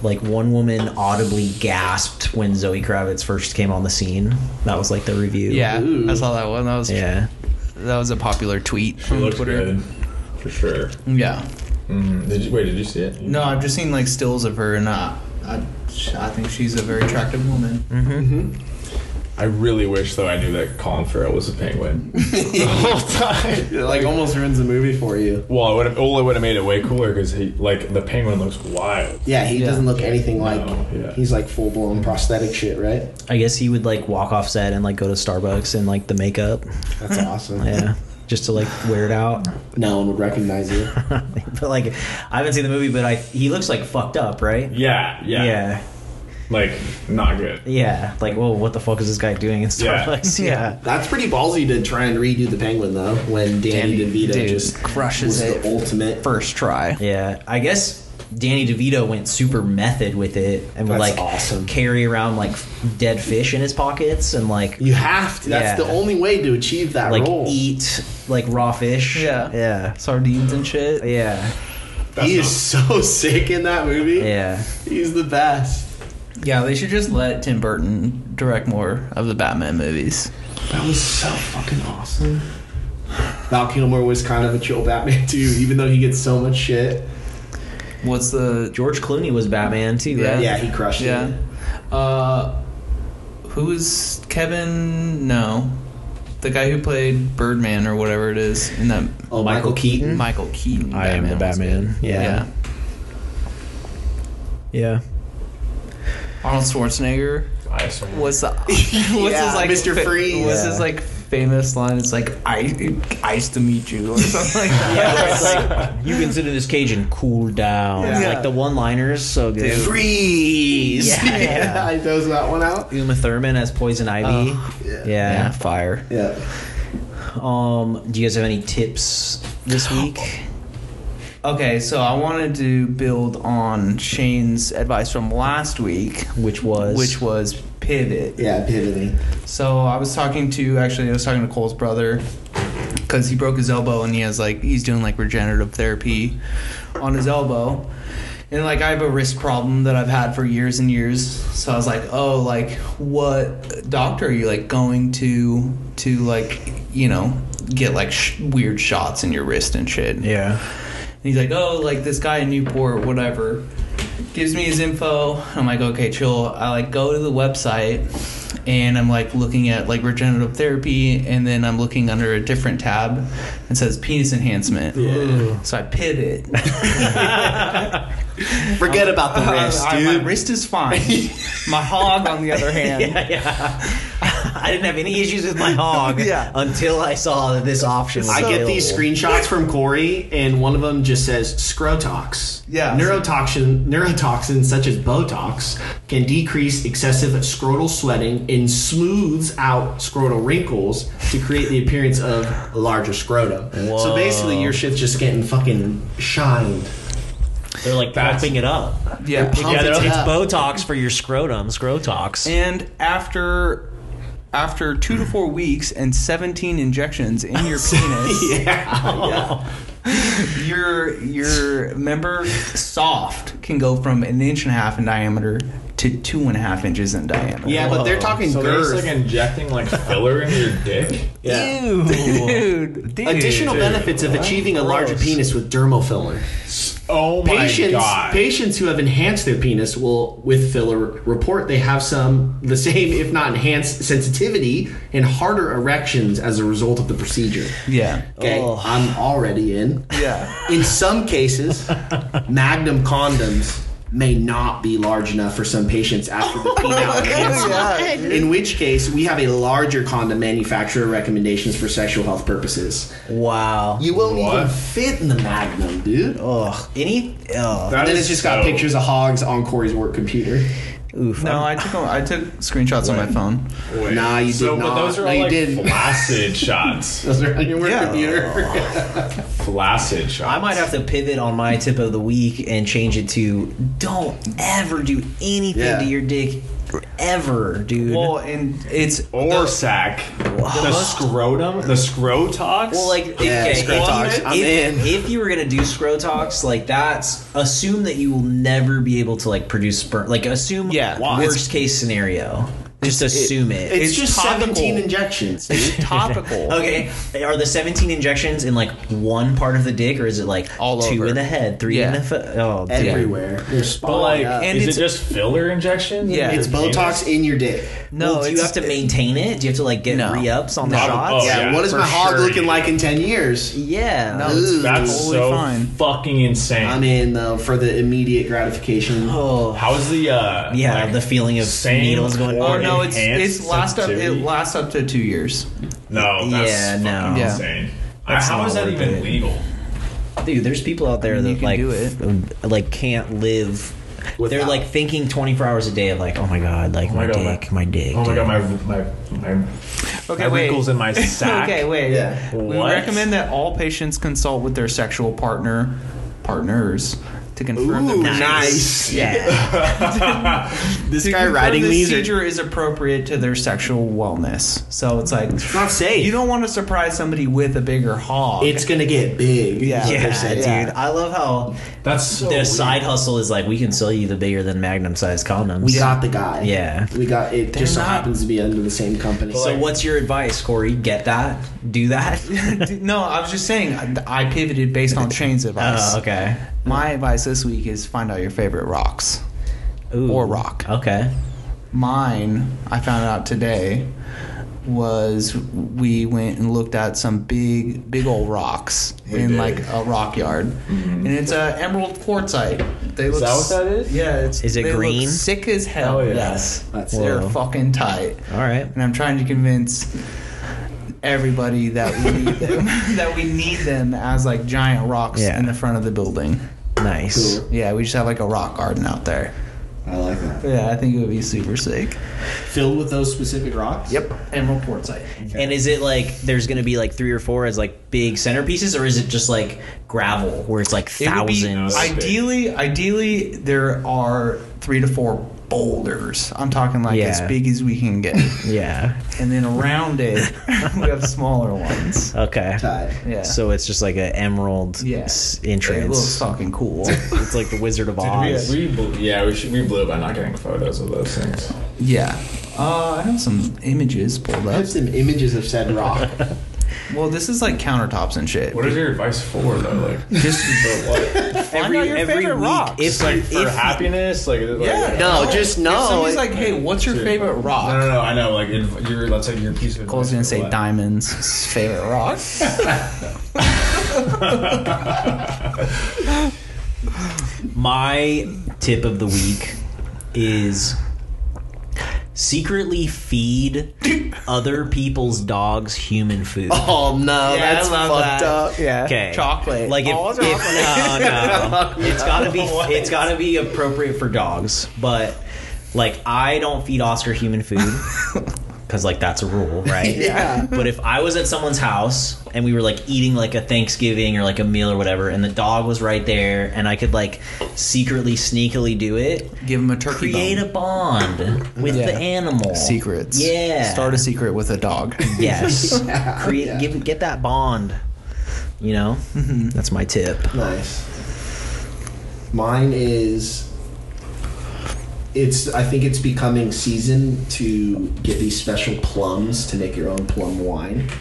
B: Like one woman audibly gasped when Zoe Kravitz first came on the scene. That was like the review.
C: Yeah,
D: Ooh.
C: I saw that one. That was
B: Yeah.
C: that was a popular tweet
A: It
C: from
A: looks
C: Twitter.
A: good. For sure.
C: Yeah.
A: Mm, did you, wait, did you see it?
C: No, I've just seen like stills of her, and uh, I, I think she's a very attractive woman.
B: Mm-hmm.
A: I really wish though I knew that Colin Farrell was a (laughs) penguin the whole time.
D: It like almost ruins the movie for you.
A: Well, it would have, well, it would have made it way cooler because he like the penguin looks wild.
D: Yeah, he doesn't look anything like.
A: yeah.
D: He's like full blown prosthetic shit, right?
B: I guess he would like walk off set and like go to Starbucks and like the makeup.
D: That's awesome.
B: Yeah. Just to like wear it out. (laughs)
D: No one would recognize you.
B: but like I haven't seen the movie, but I he looks like fucked up, right?
A: Yeah, yeah,
B: Yeah.
A: Like not good.
B: Yeah. Like, whoa, what the fuck is this guy doing in
A: Yeah.
B: Starbucks? Yeah.
D: That's pretty ballsy to try and redo the penguin though. When Danny, DeVito
C: dude,
D: just
C: crushes
D: was
C: it.
D: the ultimate.
C: First try.
B: yeah. I guess Danny DeVito went super method with it and would
D: That's
B: like
D: awesome.
B: carry around like dead fish in his pockets and like
D: You have to. That's
B: Yeah.
D: the only way to achieve that
B: like e
D: role.
B: eat like raw fish.
C: Yeah.
B: Yeah.
C: Sardines and shit.
B: Yeah.
A: That's
D: he is so (laughs) sick in that movie.
B: Yeah.
D: He's the best.
C: Yeah, they should just let Tim Burton direct more of the Batman movies.
D: That was so fucking awesome. Val Kilmer was kind of a chill Batman too, even though he gets so much shit.
C: What's the
B: George Clooney was Batman too, right?
D: Yeah, he crushed
C: yeah?
D: it.
C: Uh, who is Kevin? No, the guy who played Birdman or whatever it is in that
D: Oh, Michael Keaton.
C: Michael Keaton.
B: I am the
C: was good.
B: Batman. Yeah. Yeah.
C: Arnold Schwarzenegger.
A: nice.
C: What's the what's (laughs)
D: Yeah,
C: his like
D: Mr.
C: fa-
D: Freeze.
C: What's
B: Yeah.
C: his like famous line? It's like I ice to meet you or something like that.
B: you consider this Cajun cool down.
D: Yeah.
B: Like the one liners, so good.
D: Freeze.
B: Yeah.
D: (laughs) he throws that one out.
B: Uma Thurman as Poison Ivy. yeah. fire.
D: Yeah.
B: Um, do you guys have any tips this week?
C: Okay, so I wanted to build on Shane's advice from last week,
B: Which was
C: which was pivot.
D: Yeah, pivoting.
C: So I was talking to actually I was talking to Cole's brother because he broke his elbow and he has like he's doing like regenerative therapy on his elbow. And like I have a wrist problem that I've had for years and years. So I was like, "Oh, like what doctor are you like going to to like, you know, get like sh- weird shots in your wrist and shit?"
B: yeah,
C: And he's like, oh, like this guy in Newport, whatever. Gives me his info. I'm like, okay, chill. I like go to the website and I'm like looking at like regenerative therapy and then I'm looking under a different tab and says penis enhancement. So I pivot.
D: Forget about the rest,
C: I- I-
D: dude.
C: my wrist is fine. my hog, on the other
B: (laughs)
C: hand.
B: yeah, yeah. I didn't have any issues with my hog
C: Yeah.
B: until I saw that this option. Was
D: I get these
B: available.
D: screenshots from Corey, and one of them just says scrotox.
C: Yeah.
D: Neurotoxin, neurotoxins such as Botox can decrease excessive scrotal sweating and smooths out scrotal wrinkles to create the appearance of a larger scrotum. So basically, your shit's just getting fucking shined.
B: They're like
A: That's-
B: pumping it up. Yeah,
C: Yeah.
D: Pump
B: it's,
D: it
B: it's
D: up.
B: Botox for your scrotum, scrotox.
C: And after after two to four weeks and 17 injections in your penis.
D: Yeah, yeah.
C: (laughs) your your member soft can go from an inch and a half in diameter to two and a half inches in diameter.
D: Yeah, but they're talking
A: So they're
D: girth.
A: just like injecting like filler into your dick.
D: Yeah.
B: Ew.
C: dude.
D: Additional
A: Dude,
D: benefits of achieving a larger
B: gross.
D: penis with dermal filler.
A: (laughs) Oh my
D: patients
A: god.
D: patients who have enhanced their penis will with filler report they have some the same if not enhanced sensitivity and harder erections as a result of the procedure
C: Yeah,
D: okay
B: Oh.
D: i'm already in
C: yeah.
D: in
A: (laughs)
D: some cases magnum condoms may not be large enough for some patients after the penile enhancement. In which case, we have a larger condom manufacturer recommendations for sexual health purposes.
B: (laughs) Wow.
D: You won't even
A: What?
D: fit in the magnum, dude.
B: Ugh. Any. Ugh.
A: That
D: And then
A: is
D: it's just got
A: so-
D: pictures of hogs on Corey's work computer. (laughs)
B: Oof.
C: No, I took I took screenshots on my phone.
A: Wait.
D: Nah, you
A: so,
D: did
A: But
D: not.
A: those are
D: No,
A: all
D: you
A: like
D: didn't.
A: flaccid (laughs) shots.
D: Those are on your work
C: Yeah.
D: computer.
A: Flaccid shots.
B: I might have to pivot on my tip of the week and change it to don't ever do anything
D: Yeah.
B: to your dick ever, dude.
C: Well, and it's
A: Or sack. The scrotum. The scrotox.
B: Well, like
D: Yeah,
B: okay,
D: Scrotox,
B: if,
D: I'm
B: if,
D: in.
B: if you were gonna do scrotox, like that's assume that you will never be able to like produce sperm. Like assume
C: Yeah.
B: worst case scenario. Just assume it.
D: It's,
C: It's
D: just
C: topical.
D: 17 injections. dude.
C: It's
D: (laughs)
B: (laughs)
C: topical.
B: Okay, are the 17 injections in like one part of the dick, or is it like
C: All
B: two
C: over.
B: in the head, three
C: Yeah.
B: in the foot? Oh, dude.
D: Everywhere.
A: But
D: They're
A: like, (laughs)
D: spotlight.
C: And
A: is
C: it's-
A: it just filler injection?
C: Yeah.
D: it's Botox in your dick.
C: No,
B: Well, do you
C: it's-
B: have to maintain it? Do you have to like get
C: No.
B: re-ups on the
A: Not-
B: shots?
A: oh,
D: yeah,
A: yeah,
D: what is
A: for
D: my hog
A: sure.
D: looking like in 10 years?
B: Yeah.
C: No,
D: Ooh.
A: That's
C: Totally
A: so
C: fine.
A: fucking insane.
D: I'm in though for the immediate gratification.
B: Oh,
A: How's the uh
B: yeah,
A: like,
B: the feeling of
A: same
B: needles going.
A: or-
C: Oh no, it's
A: enhanced
C: it's last up it
A: sensitivity?
C: lasts up to two years.
A: No, that's
B: Yeah,
A: fucking
B: no.
C: Yeah.
A: insane.
B: That's
A: How
B: not
A: is that
B: worth
A: even
B: it.
A: legal?
B: Dude, there's people out there
C: mean, you
B: that
C: can
B: like
C: do
B: f- like can't live. They're
D: Without.
B: like thinking 24 hours a day of like, oh my god, like my,
A: my God, my-
B: dick, my, dick.
A: Oh my
B: dude.
A: god, my my my
C: Okay,
A: my
C: wait.
A: wrinkles in my sack.
C: okay, wait.
D: Yeah.
C: We
A: What?
C: recommend that all patients consult with their sexual partner partners to confirm
D: Ooh,
C: that
D: nice.
B: Yeah.
D: this
C: to
D: guy
C: confirm
D: riding
C: the
D: these are
C: procedure is appropriate to their sexual wellness. So it's like
D: It's (laughs) not safe.
C: you don't want to surprise somebody with a bigger hog.
D: It's gonna get big. is
C: Yeah.
B: (laughs)
D: what
B: yeah,
D: they're saying.
B: dude.
C: yeah.
B: I love how
A: That's so
B: their
A: weird.
B: side hustle is like we can sell you the bigger than magnum sized condoms.
D: We got the guy.
B: Yeah.
D: We got it. just so
C: not-
D: happens to be under the same company.
B: So what's your advice, Corey? Get that? Do that?
A: (laughs)
B: (laughs)
C: Dude, no, I was just saying I I pivoted based on
D: (laughs)
C: Shane's advice.
B: oh, okay.
C: My advice this week is find out your favorite rocks.
B: Ooh.
C: Or rock.
B: Okay.
C: Mine, I found out today, was we went and looked at some big, big old rocks in
A: did. Mm-hmm.
C: like a rock yard, and it's a emerald quartzite. They
A: Is
C: look
A: that
C: s-
A: what that is?
C: Yeah, it's
B: Is it
C: they look
B: green?
C: sick as hell.
A: Oh, yeah.
C: Yes,
D: That's
C: they're
B: Whoa.
C: fucking tight.
B: All right.
C: And I'm trying to convince everybody that we
A: (laughs)
C: need them, (laughs) that we need them as like giant rocks
B: Yeah.
C: in the front of the building.
B: Nice.
D: Cool.
C: Yeah, we just have like a rock garden out there.
D: I like that.
C: Yeah, I think it would be super sick.
D: Filled with those specific rocks.
C: Emerald quartzite.
B: And is it like there's gonna be like three or four as like big centerpieces, or is it just like gravel where it's like
C: It would be-
B: thousands?
A: I-
C: ideally, ideally, there are three to four boulders. I'm talking like as
B: Yeah.
C: big as we
B: (laughs)
C: can get,
B: yeah.
C: and then around it we have smaller ones.
B: Okay.
D: Tight.
C: Yeah.
B: So it's just like an emerald
C: Yeah.
B: s-
C: it looks
B: entrance.
C: fucking cool.
B: (laughs) it's like the Wizard
C: (laughs)
B: of Oz.
A: We blew, yeah, we should, we blew it by not getting photos of those things.
C: yeah. Uh, I have some images pulled
D: I
C: up.
D: have some images of
C: (laughs)
D: said rock.
C: Well, this is like countertops and shit.
A: What is your advice for though? Like,
C: Just
A: (laughs) for what?
C: Find out your favorite rocks.
B: If
A: like
B: like
A: for
B: if,
A: happiness? Like, is it like
C: Yeah,
D: No, just no.
C: If somebody's
D: It-
C: like, "Hey, what's your favorite rock?"
A: No, no, no. I know. Like, adv- your let's say your piece of advice.
C: Cole's gonna
A: for
C: say
A: what? (laughs)
C: diamonds. His
B: (laughs)
C: favorite rock.
B: my tip of the week is secretly
C: (laughs)
B: feed other people's dogs human food.
D: oh
C: Yeah,
D: no,
C: I
D: that's
C: love
D: fucked
C: that.
D: up. Yeah.
B: Okay.
C: Chocolate.
B: Like if,
C: Oh,
B: if
C: chocolate.
B: no,
C: (laughs)
B: no. it's gotta be it's gotta be appropriate for dogs. But like I don't feed Oscar human food.
C: (laughs)
B: Cause like that's a rule, right?
D: Yeah.
B: But if I was at someone's house and we were like eating like a Thanksgiving or like a meal or whatever, and the dog was right there, and I could like secretly, sneakily do it,
C: Give him a turkey.
B: create
C: bone.
B: a bond with
C: Yeah.
B: the animal.
C: secrets.
B: Yeah.
C: Start a secret with a dog.
B: Yes. Create, Give, get that bond. You know, that's my tip.
D: Nice. Mine is. It's. I think it's becoming season to get these special plums to make your own plum wine.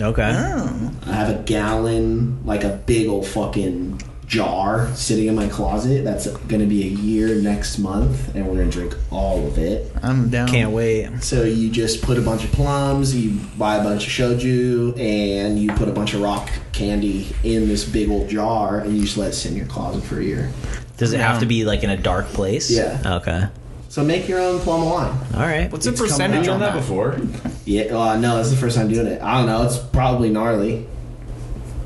B: Okay.
D: I have a gallon, like a big old fucking jar sitting in my closet. That's going to be a year next month, and we're going to drink all of it.
C: I'm down.
B: Can't wait.
D: So you just put a bunch of plums, you buy a bunch of shoju, and you put a bunch of rock candy in this big old jar, and you just let it sit in your closet for a year.
B: Does it have
C: Yeah.
B: to be like in a dark place?
D: Yeah.
B: Okay.
D: So make your own plum wine.
B: All right.
C: What's the
D: It's come
A: Have
C: percentage
A: you
C: on
A: done that
C: that?
A: before?
D: Yeah, uh, no, this is the first time doing it. I don't know. It's probably gnarly.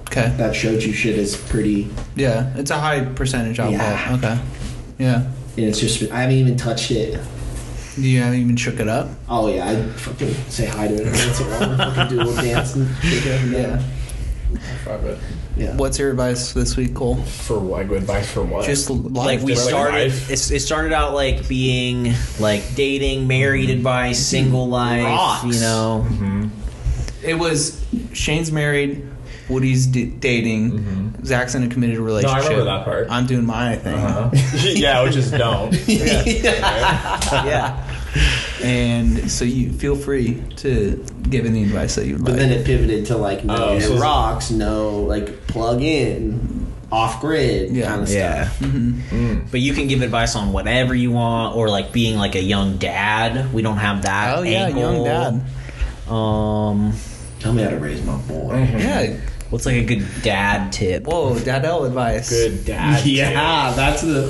C: Okay.
D: That shochu shit is pretty,
C: Yeah, it's a high percentage alcohol.
D: Yeah.
C: Okay. Yeah.
D: and it's just I haven't even touched it.
C: You haven't even shook it up.
D: Oh yeah, I fucking say hi to it every once in a while. and fucking do a little dance and shake it up and down.
A: Fuck it.
D: Yeah.
C: What's your advice this week, Cole?
A: For what? Like, advice for what?
C: Just
B: like
C: life.
B: we
A: Just like
B: started
A: life.
B: it's, it started out like being like dating married advice single life
D: Rocks.
A: Mm-hmm.
B: you know
C: it was Shane's married. Woody's d- dating. Zach's in a committed relationship.
A: that part.
C: I'm doing my thing.
A: Uh-huh. (laughs) yeah, which is don't.
C: (laughs) yeah. And so you feel free to give any advice that you'd
D: But
C: like.
D: then it pivoted to like no
A: Oh, so-
D: rocks, no like plug in, off grid
C: Yeah.
D: kind of
B: Yeah.
D: stuff.
B: But you can give advice on whatever you want, or like being like a young dad. We don't have that.
C: oh yeah,
B: angle.
C: young dad.
B: Um,
D: Tell me how to raise my boy.
C: Yeah.
B: what's like a good dad tip?
C: Whoa, dadel advice.
A: (laughs) Good dad.
D: (laughs) yeah, that's the.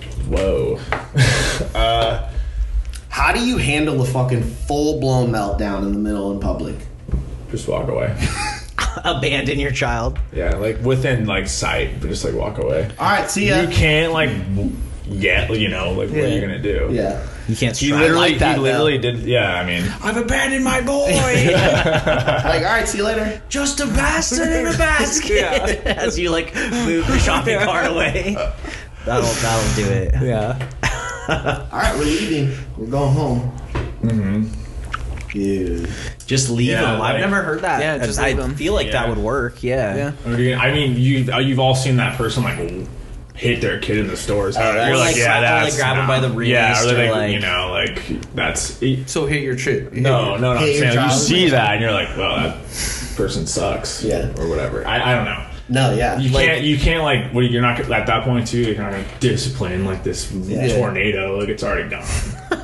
A: too. Whoa. uh,
D: How do you handle a fucking full blown meltdown in the middle in public?
A: just walk away.
B: Abandon your child.
A: Yeah, like within like sight, but just like walk away.
D: All right, see ya.
A: You can't like yet, you know, like what are
C: Yeah.
A: you gonna do?
D: yeah.
B: You can't.
A: He
B: strive-
A: literally,
C: like that,
A: he literally did. Yeah, I mean,
C: I've abandoned my (laughs) boy.
D: Like, all right, see you later.
B: just a bastard in a basket.
C: Yeah.
B: As you like move the shopping cart away. That'll that'll do it.
C: yeah.
D: All right, we're leaving. We're going home. Mm-hmm.
B: Just leave
A: Yeah,
B: them.
A: like-
B: I've never heard that.
C: Yeah, just
B: I
C: leave 'em.
B: feel like that
A: Yeah.
B: would work. Yeah.
C: Yeah.
A: I mean, I mean, you you've all seen that person like hit their kid in the stores.
B: that's-
A: You're like,
B: Or, like,
A: yeah,
B: slap- or, like,
A: that's
B: grab 'em
A: not-
B: by the wrist
A: Yeah, or
B: or,
A: like,
B: like-
A: you know, like that's no,
C: So hit your trip.
A: no, no. I'm
D: Hey,
A: saying
D: your
A: you
D: job.
A: see that and you're like, well, that person sucks.
D: Yeah.
A: or whatever. I, I don't know.
D: No, yeah.
A: You
D: Like,
A: can't. You can't like. What you're not at that point too. You're not gonna discipline like this tornado. Like it's already gone.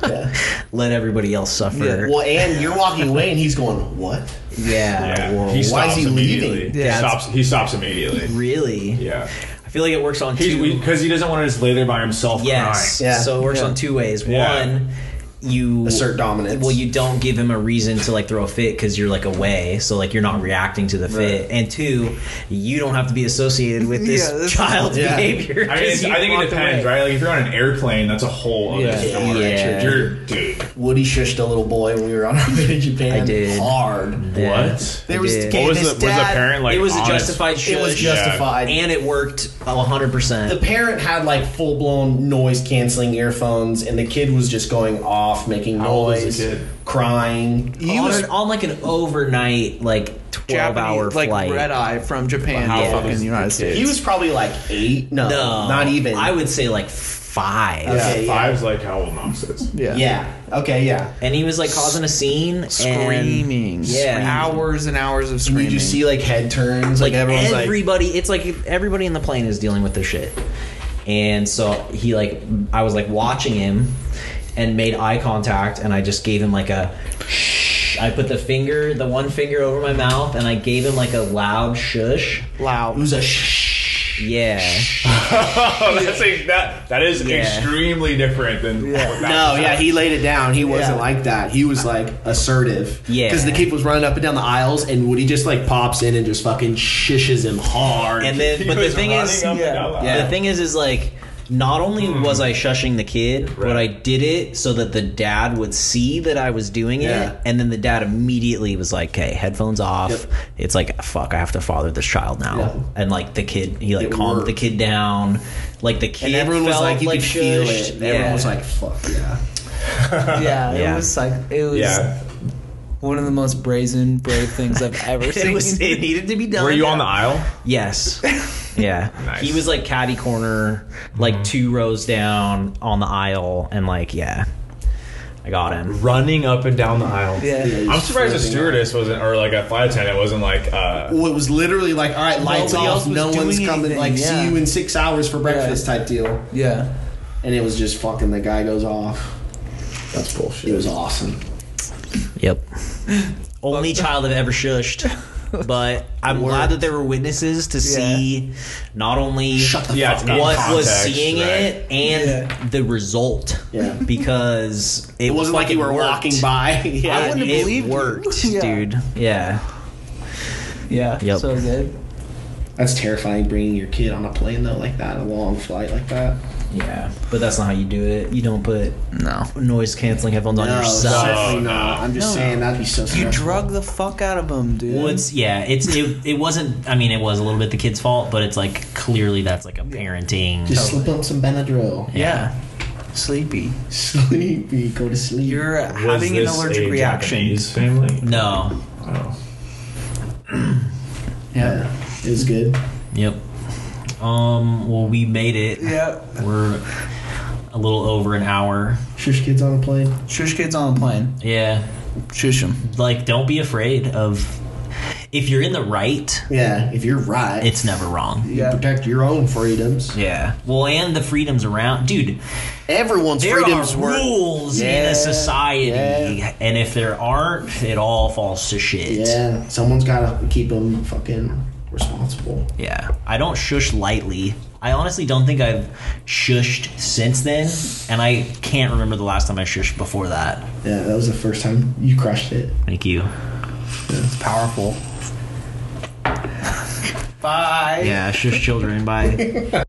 D: yeah.
B: Let everybody else suffer.
D: Well, and you're walking away, and he's going, "What?"
B: Yeah.
A: Yeah.
B: whoa.
A: he
D: why
A: stops
D: is he leaving?
A: immediately.
C: Yeah,
A: he
C: it's-
A: stops. He stops immediately.
B: Really?
A: Yeah,
B: I feel like it works on two.
A: because he doesn't want to just lay there by himself
B: Yes.
D: Yeah.
B: So it works
C: Yeah.
B: on two ways.
A: Yeah.
B: One, you
D: Assert dominance.
B: Well, you don't give him a reason to like throw a fit because you're like away, so like you're not reacting to the fit. And two, you don't have to be associated with this
C: (laughs) Yeah, this-
B: child's
D: Yeah.
B: behavior.
A: crying. I mean,
B: 'cause
A: it's-
B: (laughs) you
A: I think it
B: walked
A: depends,
B: away.
A: right? Like if you're on an airplane, that's a whole other
C: Yeah.
A: story.
B: Yeah.
A: You're, dude,
D: Woody shushed a little boy when we were on (laughs) our way to Japan.
B: I did.
D: hard.
B: Yeah.
A: what?
C: There
B: I
C: was
B: did.
C: the
A: What
C: kid
A: was
C: and
A: the,
C: his
A: was the
C: dad.
A: parent like?
B: it was a
A: honest?
B: justified shush,
D: It was justified.
B: and it worked hundred
D: the
B: percent.
D: parent had like full blown noise canceling earphones, and the kid was just going off, making
A: How old was the
D: noise,
A: kid?
D: crying.
C: He
B: on,
C: was
B: an- on like an overnight, like twelve hour
C: Japanese, like
B: flight.
C: red eye from Japan
A: How
C: to
A: old
C: fucking
A: is
C: the United
A: the kid?
C: States.
D: He was probably like eight. No,
B: no,
D: not even.
B: I would say like five.
D: Yeah. Okay,
A: Five's like how old Knox is.
C: Yeah.
D: Yeah. Okay. Yeah.
B: and he was like causing a scene,
C: Screaming.
B: and, yeah,
C: Hours and hours of
D: And
C: screaming.
D: You just see like head turns. Like,
B: like
D: everyone's like,
B: everybody it's like everybody in the plane is dealing with this shit and so he like i was like watching him and made eye contact and i just gave him like a shh i put the finger the one finger over my mouth and i gave him like a loud shush
D: it (laughs)
C: loud.
D: was a shh.
B: yeah
A: Oh, (laughs) that's like, that. That is
B: Yeah.
A: extremely different than.
C: Yeah.
A: what Knox
D: No,
A: is.
D: yeah, he laid it down. He wasn't
C: Yeah.
D: like that. He was like assertive.
B: Yeah.
D: Because the kid was running up and down the aisles, and Woody just like pops in and just fucking shishes him hard.
B: and
A: (laughs)
B: then
A: He
B: but the
A: was
B: thing is
A: running up and
C: yeah,
A: down the
D: yeah. Hmm.
A: aisle.
B: the thing is is like not only was I shushing the kid, but I
A: Right.
B: did it so that the dad would see that I was doing
D: Yeah.
B: it, and then the dad immediately was like, "Okay, headphones off."
D: Yep.
B: It's like, "Fuck, I have to father this child now."
D: Yeah.
B: And like the kid, he like
D: It
B: calmed
D: worked.
B: the kid down. Like the kid,
D: And everyone was
B: felt
D: like, you could feel
B: shushed.
D: it. And Everyone
B: Yeah.
D: was like, fuck yeah.
C: Yeah,
B: Yeah.
C: It was like it was
A: Yeah.
C: one of the most brazen, brave
B: (laughs)
C: things I've ever seen.
B: it, was, it needed to be done.
A: Were you on the aisle?
B: (laughs)
D: (laughs)
B: Yes. Yeah.
A: Nice.
B: He was like caddy corner, like
D: Hmm.
B: two rows down on the aisle, and like yeah, I got him.
A: Running up and down the aisle.
C: (laughs) yeah.
D: Yeah, he
A: I'm
D: was
A: surprised a
D: flipping out.
A: stewardess wasn't, or like a flight attendant wasn't like. uh
D: Well, it was literally like, all right, lights
C: Nobody else
D: off,
C: was
D: no
C: doing
D: one's coming.
C: anything,
D: Like,
C: yeah.
D: see you in six hours for breakfast type deal.
C: Yeah.
D: And it was just fucking the guy goes off. That's bullshit. It was awesome.
B: Yep. (laughs) Only child I've ever shushed. But I'm glad that there were witnesses to see not only
D: Shut the
A: Yeah,
D: fuck
A: it's
D: up.
A: not-
B: what was
A: Context,
B: seeing
A: right.
B: it and
C: Yeah.
B: the result.
D: Yeah.
B: Because it,
D: It wasn't like you
B: fucking
D: were
B: worked.
D: walking by. (laughs) Yeah.
B: I wouldn't
C: wouldn't have
B: it
C: believed you.
B: (laughs) worked,
C: Yeah.
B: dude. Yeah.
C: Yeah.
B: Yep.
C: So good.
D: That's terrifying bringing your kid on a plane, though, like that, a long flight like that.
B: Yeah. But that's not how you do it. You don't put
C: No.
B: noise canceling headphones on yourself.
D: definitely
A: No,
D: not.
A: no.
D: I'm just
C: No.
D: saying that'd be so
C: You
D: stressful.
C: drug the fuck out of them, dude.
B: Well, it's yeah, it's it, it wasn't I mean it was a little bit the kid's fault, but it's like clearly that's like a parenting
D: Just slip on some Benadryl. (laughs)
C: Yeah. Sleepy.
D: Sleepy. Go to sleep.
C: You're
A: was
C: having an
A: this
C: allergic
A: a
C: reaction.
A: Japanese family?
B: No.
A: Oh.
D: is good.
B: Yep. Um. Well, we made it.
C: Yeah.
B: We're a little over an hour.
D: Shush kids on a plane.
C: Shush kids on a plane.
B: Yeah.
C: Shush them.
B: Like, don't be afraid of. If you're in the right,
D: Yeah, if you're right,
B: it's never wrong.
D: you
C: Yeah.
D: protect your own freedoms.
B: Yeah. Well, and the freedoms around, dude.
D: Everyone's
B: There
D: freedoms
B: are
D: were
B: rules in
D: Yeah,
B: a society,
D: yeah.
B: and if there aren't, it all falls to shit.
D: Yeah, someone's got to keep them fucking responsible.
B: Yeah. I don't shush lightly. I honestly don't think I've shushed since then, and I can't remember the last time I shushed before that.
D: Yeah, that was the first time you crushed it.
B: Thank you.
C: It's powerful. Bye.
B: Yeah, shush children. Bye.